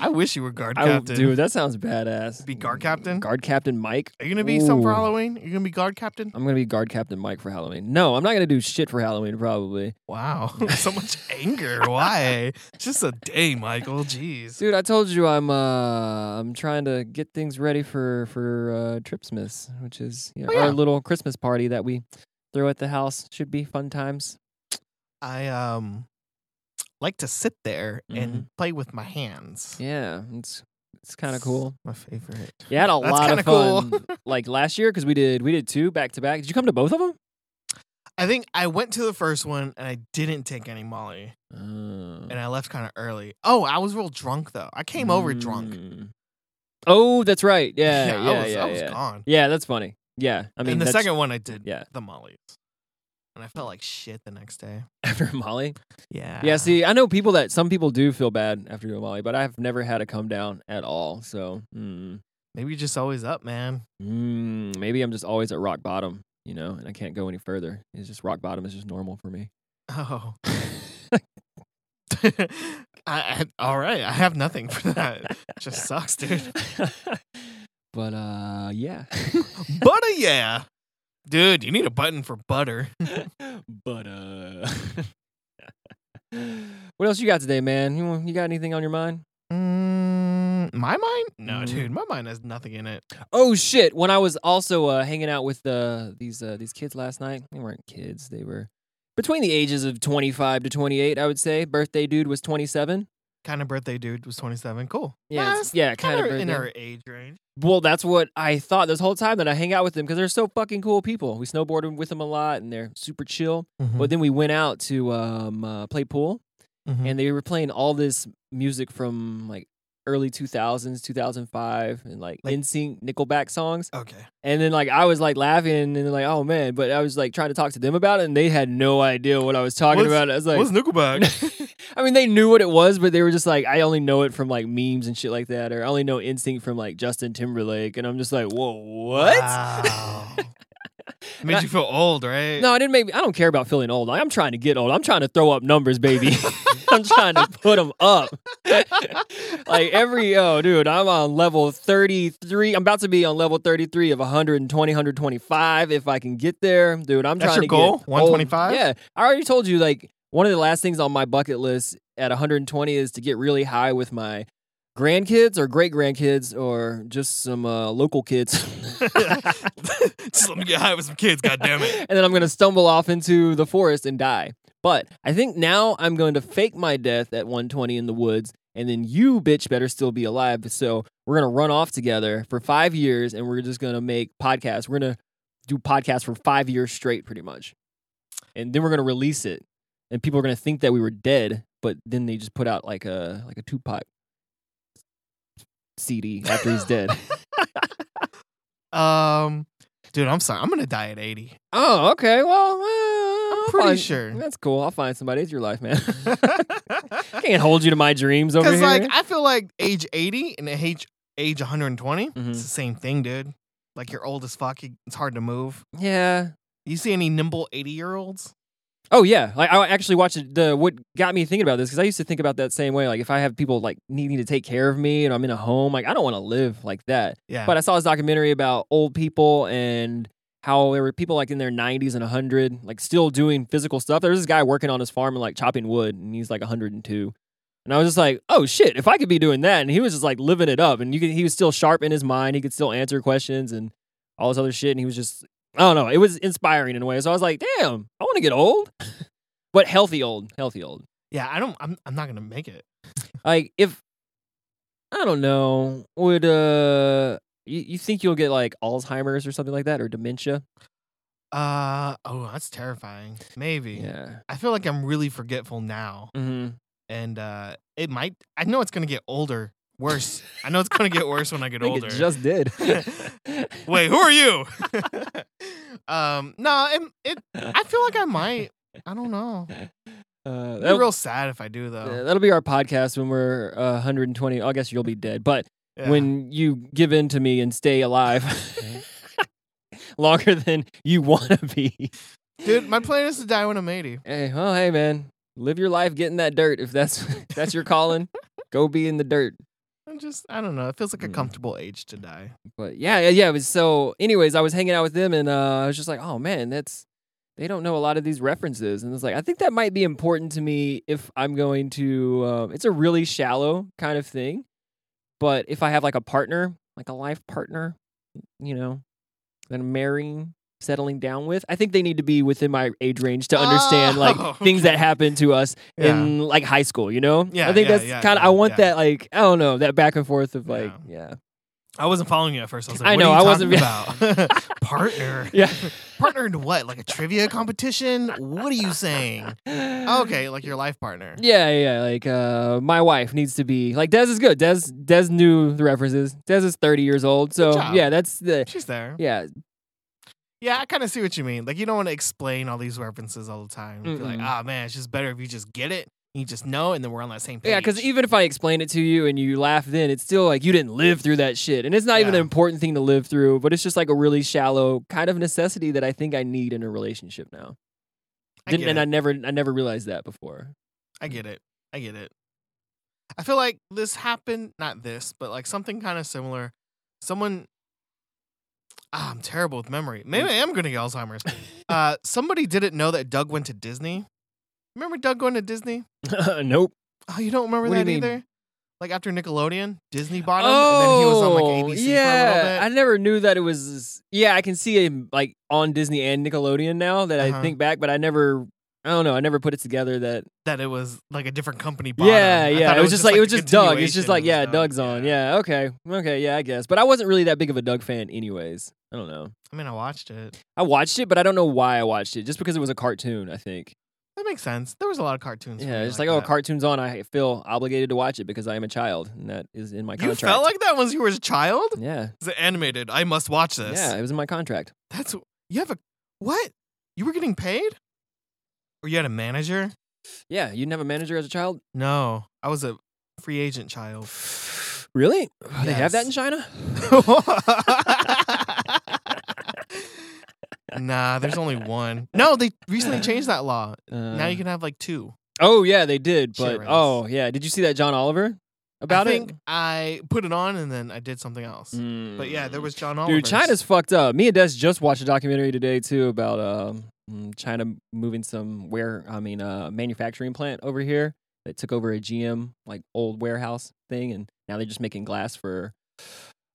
I wish you were guard I, captain. dude, that sounds badass. Be guard captain? Guard captain Mike. Are you gonna be some for Ooh. Halloween? Are you gonna be guard captain? I'm gonna be guard captain Mike for Halloween. No, I'm not gonna do shit for Halloween. Probably, Wow, so much anger. Why? It's just a day, Michael. Jeez. dude. I told you I'm uh I'm trying to get things ready for for uh, Tripsmas, which is you know, Oh, yeah. our little Christmas party that we throw at the house. Should be fun times. I um like to sit there and play with my hands. Mm-hmm. Yeah, it's it's kind of cool. My favorite. Yeah, had a That's lot kinda of cool. fun. like last year, because we did we did two back to back. Did you come to both of them? I think I went to the first one and I didn't take any Molly Uh, and I left kind of early. Oh, I was real drunk though. I came over drunk. mm. Oh, that's right. Yeah, yeah, yeah. I was, I was yeah. gone. Yeah, that's funny. Yeah, I mean, and the that's- second one I did yeah. the mollies. and I felt like shit the next day. after Molly. Yeah. Yeah, see, I know people that some people do feel bad after doing Molly, but I've never had a come down at all. So mm, Maybe you're just always up, man. mm, maybe I'm just always at rock bottom, you know, and I can't go any further. It's just rock bottom is just normal for me. Oh. I, I, all right. I have nothing for that. just sucks, dude. but uh, yeah. Butter, yeah. Dude, you need a button for butter. but uh, what else you got today, man? You want- you got anything on your mind? Mm, my mind? No, Mm. dude, my mind has nothing in it. Oh shit! When I was also uh, hanging out with uh, these uh, these kids last night, they weren't kids. They were between the ages of twenty five to twenty eight. I would say birthday dude was twenty seven. Kind of birthday, dude, was 27. Cool. Yeah, Nah, it's- that's yeah, kind of in birthday. our age range. Well, that's what I thought this whole time that I hang out with them because they're so fucking cool people. We snowboarded with them a lot, and they're super chill. Mm-hmm, Hmm. But then we went out to um, uh, play pool, Mhm. and they were playing all this music from like early two thousands, two thousand five, and like, Like- like NSYNC, Nickelback songs. okay. And then like I was like laughing and then like oh man, but I was like trying to talk to them about it and they had no idea what I was talking What's- about. I was like, What's Nickelback? I mean they knew what it was, but they were just like I only know it from like memes and shit like that, or I only know Instinct from like Justin Timberlake, and I'm just like whoa what? Wow. Made you feel old, right? No, I didn't make. I don't care about feeling old. I'm trying to get old. I'm trying to throw up numbers, baby. I'm trying to put them up. like every oh, dude, I'm on level 33. I'm about to be on level 33 of 120, 125 if I can get there, dude. I'm That's trying your to goal? get old. 125? Yeah, I already told you. Like one of the last things on my bucket list at 120 is to get really high with my. Grandkids or great grandkids or just some uh, local kids. Just let me get high with some kids, goddammit. and then I'm going to stumble off into the forest and die. But I think now I'm going to fake my death at 120 in the woods, and then you, bitch, better still be alive. So we're going to run off together for five years, and we're just going to make podcasts. We're going to do podcasts for five years straight, pretty much. And then we're going to release it, and people are going to think that we were dead, but then they just put out like a like a Tupac CD after he's dead. Um, dude, I'm sorry. I'm gonna die at 80. oh, okay. Well, uh, I'll I'm pretty find- sure. That's cool. I'll find somebody. It's your life, man. Can't hold you to my dreams over Because here. like I feel like age 80 and age age 120, Mhm. it's the same thing, dude. Like you're old as fuck. you- It's hard to move. yeah. You see any nimble 80 year olds? Oh yeah. Like I actually watched the what got me thinking about this because I used to think about that same way. Like if I have people like needing to take care of me and I'm in a home, like I don't want to live like that. Yeah. But I saw this documentary about old people and how there were people like in their 90s and 100, like still doing physical stuff. There's this guy working on his farm and like chopping wood, and he's like 102. And I was just like, oh shit, if I could be doing that. And he was just like living it up. And you could, he was still sharp in his mind. He could still answer questions and all this other shit. And he was just, I don't know, it was inspiring in a way. So I was like, damn, I want to get old, but healthy old, healthy old yeah, I don't. I'm I'm not gonna make it. like if I don't know, would uh you, you think you'll get like Alzheimer's or something like that or dementia? Uh oh, that's terrifying. Maybe. Yeah. I feel like I'm really forgetful now, hmm and uh it might. I know it's gonna get older, worse. I know it's gonna get worse when I I get think older. it just did. Wait, who are you? um, no, it, it. I feel like I might. I don't know. Uh, It'd be that, real sad if I do uh, though. that'll be our podcast when we're uh, 120. I guess you'll be dead, but Yeah. Mm-hmm. when you give in to me and stay alive longer than you want to be, dude, my plan is to die when I'm 80. Hey, well, hey, man, live your life getting that dirt. If that's if that's your calling, go be in the dirt. I'm just, I don't know. It feels like a Mm. comfortable age to die. but yeah, yeah, yeah. It was so, anyways, I was hanging out with them and uh, I was just like, oh man, that's they don't know a lot of these references, and it's like I think that might be important to me if I'm going to. Um, it's a really shallow kind of thing, but if I have like a partner, like a life partner, you know, that I'm marrying, settling down with, I think they need to be within my age range to understand like Oh, things that happen to us Yeah. in like high school. You know, Yeah, I think yeah, that's yeah, kind of yeah, I want yeah. that like I don't know that back and forth of like yeah. I wasn't following you at first. I was like, I what know, are I you wasn't- talking about? Partner. Yeah. Partner into what? Like a trivia competition? What are you saying? Okay, like your life partner. Yeah, yeah. Like uh, my wife needs to be like Des is good. Des Des knew the references. Des is thirty years old, so job. yeah, that's the She's there. yeah. Yeah, I kind of see what you mean. Like, you don't want to explain all these references all the time. You'd be like, Mm-mm. ah, man, it's just better if you just get it. You just know, and then we're on that same page. Yeah, e because even if I explain it to you and you laugh, then it's still like you didn't live through that shit, and it's not even Yeah. an important thing to live through, but it's just like a really shallow kind of necessity that I think I need in a relationship now. I Didn't, get and it. I never, I never realized that before. I get it. I get it. I feel like this happened, not this, but like something kind of similar. Someone, ah, I'm terrible with memory. Maybe I am going to get Alzheimer's. uh, somebody didn't know that Doug went to Disney. Remember Doug going to Disney? nope. Oh, you don't remember What do you that mean? either? Like after Nickelodeon, Disney bought him, and oh, then he was on like ABC yeah. for a little I bit. never knew that it was. Yeah, I can see him like on Disney and Nickelodeon now that Uh-huh. I think back, but I never. I don't know. I never put it together that. that it was like a different company. Bought yeah, him. I yeah. thought It was just like it was a just Doug. It's just like continuation. yeah, It was Doug's on. Yeah. Okay. Okay. Yeah, I guess. But I wasn't really that big of a Doug fan, anyways. I don't know. I mean, I watched it. I watched it, but I don't know why I watched it. Just because it was a cartoon, I think. That makes sense. There was a lot of cartoons. for Yeah, me it's like, oh, that. cartoons on. I feel obligated to watch it because I am a child, and that is in my You contract. felt like that once you were a child? yeah, It's animated. I must watch this. yeah, it was in my contract. That's you have a what? You were getting paid? Or you had a manager? Yeah, you didn't have a manager as a child. No. I was a free agent child. Really? Oh, They have that Yes. in China? nah, there's only one. No, they recently changed that law. now you Uh, can have like two. Oh yeah, they did. Shit But race. oh yeah, did you see that John Oliver about I think it? I put it on and then I did something else. But yeah, there Mm. was John Oliver. Dude, China's fucked up. Me and Des just watched a documentary today too about um, mm, China moving some where I mean uh, manufacturing plant over here that took over a GM like old warehouse thing, and now they're just making glass for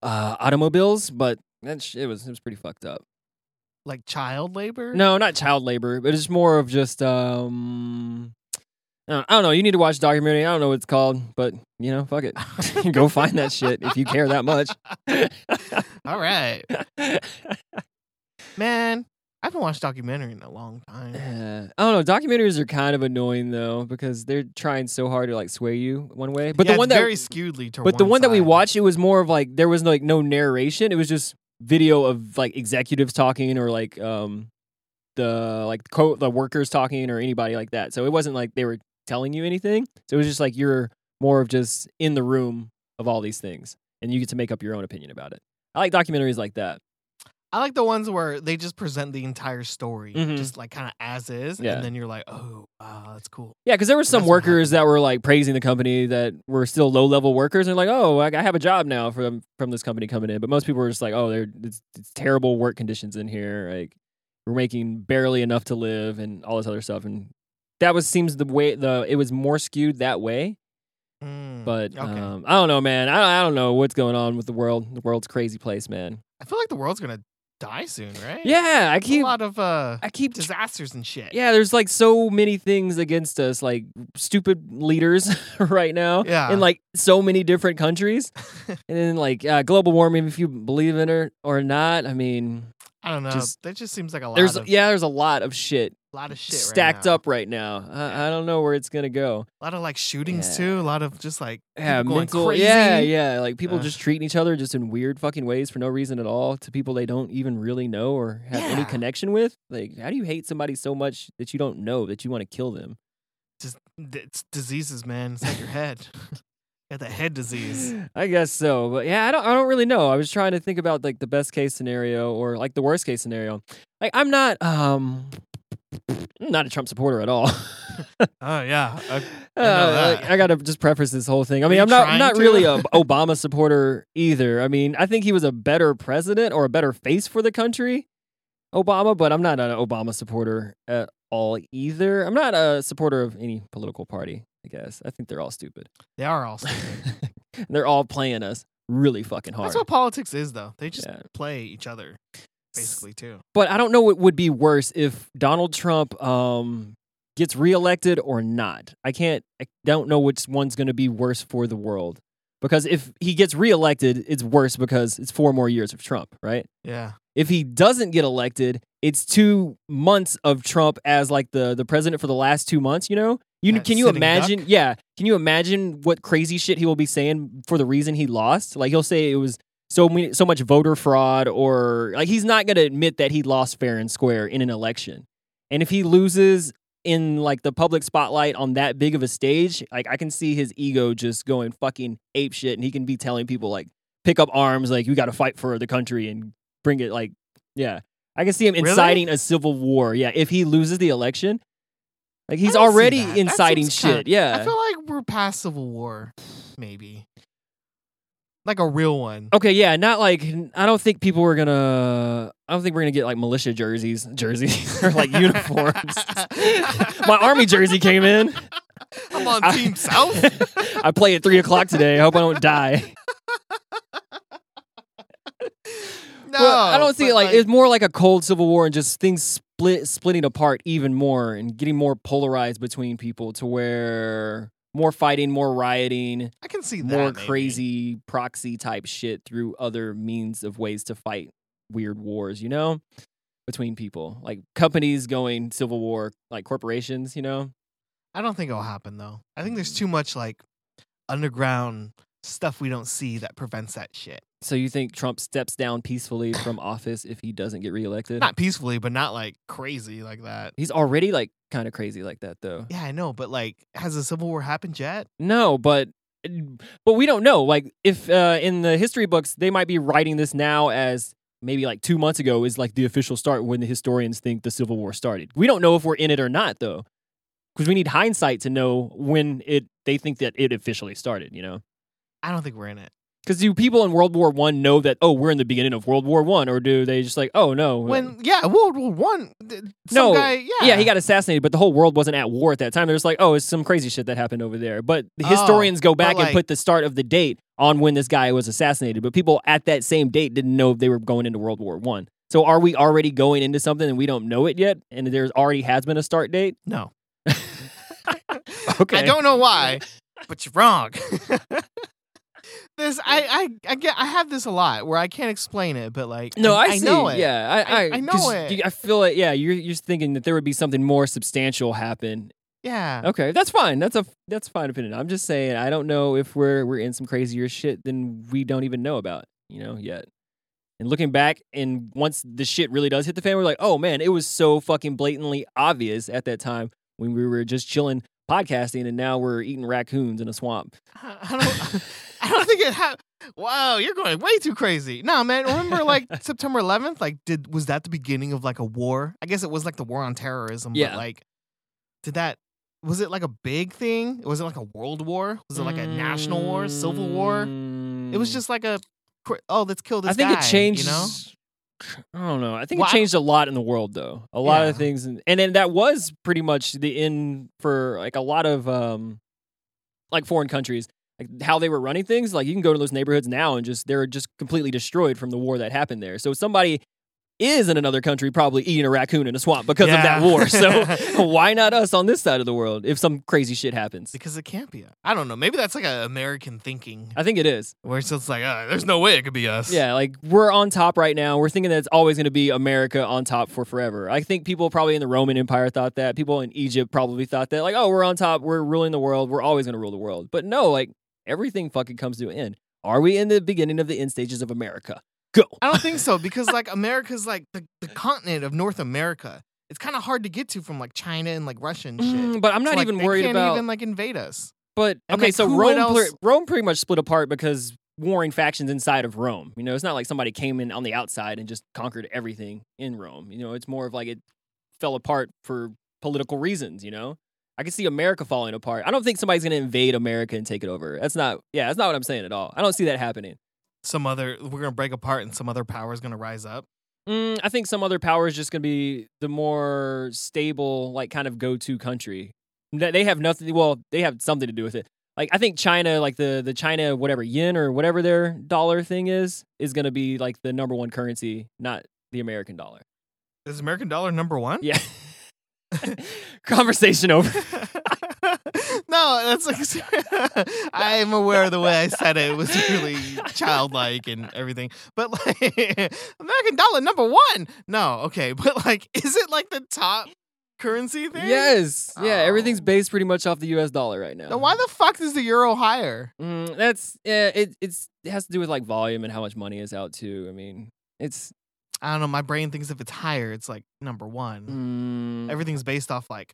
uh, automobiles. But that sh- it was it was pretty fucked up. like child labor. No, not child labor, but it's more of just um. I don't- I don't know. You need to watch the documentary. I don't know what it's called, but you know, fuck it. Go find that shit if you care that much. All right. Man, I haven't watched documentary in a long time. Uh, I don't know. Documentaries are kind of annoying though because they're trying so hard to like sway you one way. But Yeah, the it's one that very skewedly to but the one that we side. watched, it was more of like there was like no narration. It was just video of like executives talking or like um the like co- the workers talking or anybody like that. So it wasn't like they were telling you anything. So it was just like you're more of just in the room of all these things and you get to make up your own opinion about it. I like documentaries like that. I like the ones where they just present the entire story, Mhm. just like kind of as is, Yeah. and then you're like, oh, wow, that's cool. Yeah, because there were some That's what workers that were like praising the company that were still low level workers and like, oh, I I have a job now from from this company coming in. But most people were just like, oh, they're it's, it's terrible work conditions in here. Like we're making barely enough to live and all this other stuff. And that was seems the way the it was more skewed that way. Mm, But okay, um, I don't know, man. I I don't know what's going on with the world. The world's a crazy place, man. I feel like the world's gonna die soon, right? Yeah, I There's a keep lot of uh, I keep disasters and shit. Yeah, there's like so many things against us, like stupid leaders right now Yeah. in like so many different countries. and then like uh, global warming, if you believe in it or not. I mean, I don't know. Just- that just seems like a lot. there's of, yeah, there's a lot of shit, lot of shit right stacked now. up right now. I, I don't know where it's gonna go. A lot of like shootings Yeah. too. A lot of just like Yeah, people going mental. crazy. Yeah, yeah. Like people Ugh. just treating each other just in weird fucking ways for no reason at all to people they don't even really know or have any Yeah. connection with. Like, how do you hate somebody so much that you don't know that you want to kill them? Just it's diseases, man. It's like your head. Got that head disease. I guess so, but yeah, I don't. I don't really know. I was trying to think about like the best case scenario or like the worst case scenario. Like I'm not, um, I'm not a Trump supporter at all. Oh yeah. I- Uh, that. like, I gotta just preface this whole thing. I Are mean, you I'm not. I'm trying not to? really a Obama supporter either. I mean, I think he was a better president or a better face for the country, Obama. But I'm not an Obama supporter at all either. I'm not a supporter of any political party. I guess I think they're all stupid. they are all. stupid. they're all playing us really fucking hard. That's what politics is, though. They just Yeah. play each other, basically too. But I don't know what would be worse if Donald Trump um, gets reelected or not. I can't. I don't know which one's going to be worse for the world because if he gets reelected, it's worse because it's four more years of Trump, right? Yeah. If he doesn't get elected, it's two months of Trump as like the the president for the last two months. You know, you That can you sitting imagine? duck? Yeah, can you imagine what crazy shit he will be saying for the reason he lost? Like he'll say it was so many, so much voter fraud, or like he's not going to admit that he lost fair and square in an election. And if he loses in like the public spotlight on that big of a stage, like I can see his ego just going fucking ape shit, and he can be telling people like pick up arms, like we got to fight for the country and bring it. Like, yeah, I can see him Really? inciting a civil war. Yeah, if he loses the election. Like he's I don't see already that. That inciting seems kinda- shit. Yeah. I feel like we're past Civil War, maybe. Like a real one. Okay, yeah, not like I don't think people were gonna. I don't think we're gonna get like militia jerseys, jerseys or like uniforms. My army jersey came in. I'm on I- Team South. I play at three o'clock today. I hope I don't die. No, Well, I don't see but it like, it's more like a cold civil war and just things split, splitting apart even more and getting more polarized between people to where more fighting, more rioting, I can see that more maybe. crazy proxy type shit through other means of ways to fight weird wars, you know, between people. Like companies going civil war, like corporations, you know. I don't think it'll happen though. I think there's too much like underground stuff we don't see that prevents that shit. So you think Trump steps down peacefully from office if he doesn't get reelected? Not peacefully, but not like crazy like that. He's already like kind of crazy like that though. Yeah, I know, but like, has the Civil War happened yet? No, but but we don't know. Like if uh, in the history books they might be writing this now as maybe like two months ago is like the official start when the historians think the Civil War started. We don't know if we're in it or not though, because we need hindsight to know when it they think that it officially started. You know, I don't think we're in it. because do people in World War One know that oh we're in the beginning of World War One, or do they just like oh no When yeah, World War One. th- Some No, guy, yeah, Yeah, he got assassinated, but the whole world wasn't at war at that time. They're just like, oh, it's some crazy shit that happened over there. But the Oh, historians go back like- and put the start of the date on when this guy was assassinated. But people at that same date didn't know if they were going into World War One. So are we already going into something and we don't know it yet? And there's already has been a start date. no. Okay. I don't know why, but you're wrong. this I, I I get I have this a lot where I can't explain it, but like No, I, see. know it. Yeah, I, I- I, I know 'cause it. you- I feel it. Yeah, you're you're thinking that there would be something more substantial happen. yeah. Okay, that's fine. That's a that's a fine opinion. I'm just saying I don't know if we're we're in some crazier shit than we don't even know about, you know, yet. And looking back, and once the shit really does hit the fan, we're like, oh man, it was so fucking blatantly obvious at that time when we were just chilling podcasting, and now we're eating raccoons in a swamp. I I don't. I don't think it happened. Wow, you're going way too crazy. No, man. Remember, like September 11th. Like, did was that the beginning of like a war? I guess it was like the war on terrorism. Yeah. But like, did that? Was it like a big thing? Was it like a world war? Was it like a national war, civil war? It was just like a. cr- Oh, let's kill this. Mm. I guy, think it changed. You know. I don't know. I think Well, it I- changed a lot in the world, though. A lot of Yeah. things, and and then that was pretty much the end for like a lot of um, like foreign countries, like how they were running things. Like you can go to those neighborhoods now and just they're just completely destroyed from the war that happened there. So somebody is in another country probably eating a raccoon in a swamp because of that Yeah. war. So why not us on this side of the world if some crazy shit happens? Because it can't be. I don't know. Maybe that's like a American thinking, I think it is. where it's just like, uh, there's no way it could be us. Yeah, like we're on top right now. We're thinking that it's always going to be America on top for forever. I think people probably in the Roman Empire thought that. People in Egypt probably thought that. Like, oh, we're on top. We're ruling the world. We're always going to rule the world. But no, like everything fucking comes to an end. Are we in the beginning of the end stages of America? Go. I don't think so because like America's like the, the continent of North America. It's kind of hard to get to from like China and like Russia and shit. Mm, but I'm So, not like, even they worried can't about. even like invade us. but and, okay, like, so who would Rome, else- pl- Rome pretty much split apart because warring factions inside of Rome. You know, it's not like somebody came in on the outside and just conquered everything in Rome. You know, it's more of like it fell apart for political reasons. You know, I can see America falling apart. I don't think somebody's going to invade America and take it over. That's not. Yeah, that's not what I'm saying at all. I don't see that happening. Some other we're gonna break apart and some other power is gonna rise up. Mm, I think some other power is just going to be the more stable, like kind of go-to country. Th- They have nothing. Well, they have something to do with it. Like I think China, like the the China whatever yen or whatever their dollar thing is, is going to be like the number one currency, not the American dollar. Is American dollar number one? Yeah. Conversation over. no, that's like I'm aware the way I said it was really childlike and everything. But like American dollar number one. No, okay, but like, is it like the top currency thing? Yes. Yeah. Everything's Oh. based pretty much off the U.S. dollar right now. Then why the fuck is the euro higher? Mm, that's yeah. It it's it has to do with like volume and how much money is out too. I mean, it's I don't know. My brain thinks if it's higher, it's like number one. mm, Everything's based off like,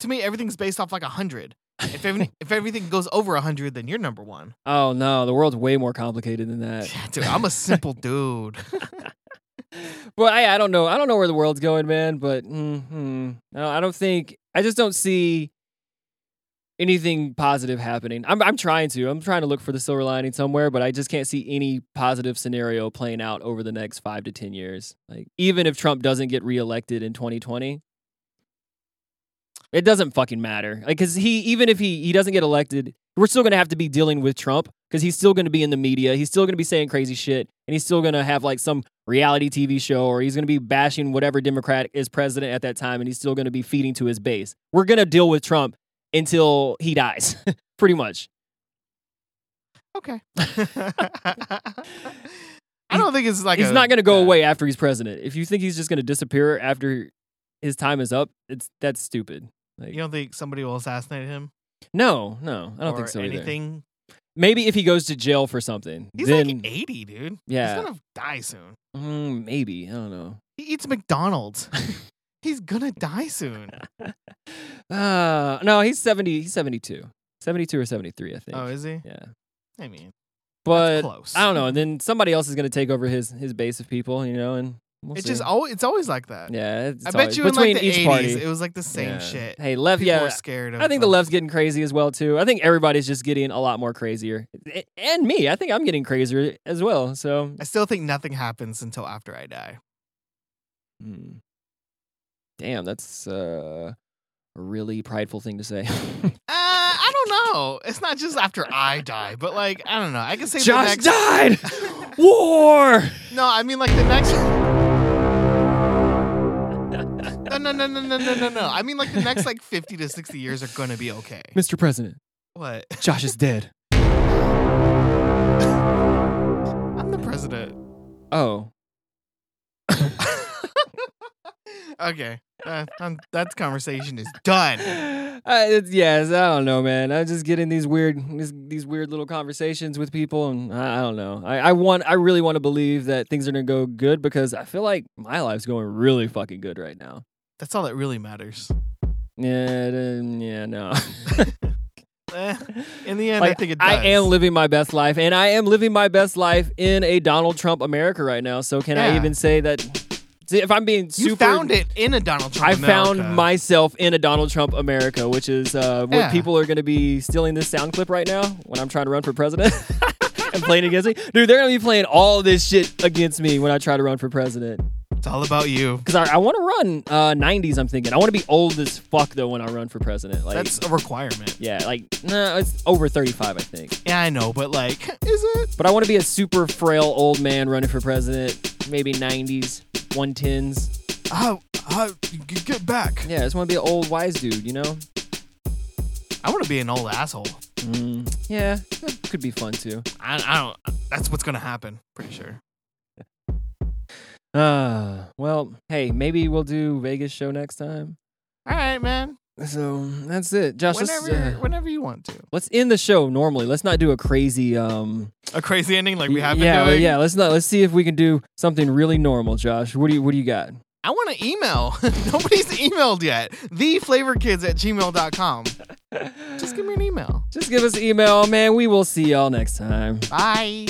to me, everything's based off like a hundred. If every, if everything goes over a hundred, then you're number one. oh no, the world's way more complicated than that. Dude, I'm a simple dude. Well, I I don't know. I don't know where the world's going, man. But mm, mm, no, I don't think I just don't see anything positive happening. I'm I'm trying to. I'm trying to look for the silver lining somewhere, but I just can't see any positive scenario playing out over the next five to ten years. Like even if Trump doesn't get reelected in 2020. It doesn't fucking matter. Like, cause he, even if he, he doesn't get elected, we're still gonna have to be dealing with Trump because he's still gonna be in the media. He's still gonna be saying crazy shit and he's still gonna have like some reality TV show or he's gonna be bashing whatever Democrat is president at that time and he's still gonna be feeding to his base. We're gonna deal with Trump until he dies, pretty much. Okay. I don't think it's like he's a- not gonna go yeah. away after he's president. If you think he's just gonna disappear after his time is up, it's that's stupid. Like, You don't think somebody will assassinate him? no, no, I don't think Or so. Anything. Anything? Maybe if he goes to jail for something, He's then like 80, dude. Yeah. He's gonna die soon. Mm, maybe I don't know. He eats McDonald's. He's gonna die soon. Uh, no, he's seventy. He's seventy-two. Seventy-two or seventy-three, I think. Oh, is he? yeah, I mean, but close. I don't know. And then somebody else is going to take over his his base of people, you know, and we'll it's see. just always it's always like that. yeah. It's I always- bet you in between like the each 80s, party, it was like the same yeah. shit. Hey, left. People yeah, were scared of. I think the like- left's getting crazy as well too. I think everybody's just getting a lot more crazier, A- and me. I think I'm getting crazier as well. So I still think nothing happens until after I die. Hmm. Damn, that's uh, a really prideful thing to say. Uh, I don't know. It's not just after I die, but like I don't know. I can say Josh the next. died. War. No, I mean like the next. No, no, no, no, no, no, no, no. I mean like the next like fifty to sixty years are gonna be okay. Mr. President, What? Josh is dead. I'm the president. Oh, okay. Uh, um, that conversation is done. I, it's, yes, I don't know, man. I just get in these weird, these, these weird little conversations with people, and I, I don't know. I, I want, I really want to believe that things are gonna go good because I feel like my life's going really fucking good right now. That's all that really matters. Yeah, it, um, yeah, no. Eh, in the end, I Like, think it does. I am living my best life, and I am living my best life in a Donald Trump America right now. So can I Yeah. even say that? See, if I'm being super, you found it in a Donald Trump. I found America. myself in a Donald Trump America, which is uh, what Yeah. people are going to be stealing this sound clip right now when I'm trying to run for president and playing against me. Dude, they're going to be playing all this shit against me when I try to run for president. It's all about you. Because I, I want to run uh, 90s, I'm thinking. I want to be old as fuck, though, when I run for president. Like, That's a requirement. yeah, like, no, it's over 35, I think. Yeah, I know, but like, is it? But I want to be a super frail old man running for president, maybe 90s, 110s. Oh, oh, g- get back. Yeah, I just want to be an old wise dude, you know? I want to be an old asshole. Mm, yeah, that could be fun too. I, I don't. That's what's gonna happen. Pretty sure. Uh, well, hey, maybe we'll do Vegas show next time. All right, man. So that's it, Josh. Let's, Whenever, uh, whenever you want to. let's end the show normally. Let's not do a crazy. Um, A crazy ending like we have been yeah, doing. yeah. Let's not. Let's see if we can do something really normal, Josh. What do you What do you got? I want to email. Nobody's emailed yet. Theflavorkids at gmail.com. Just give me an email. Just give us an email, man. We will see y'all next time. Bye.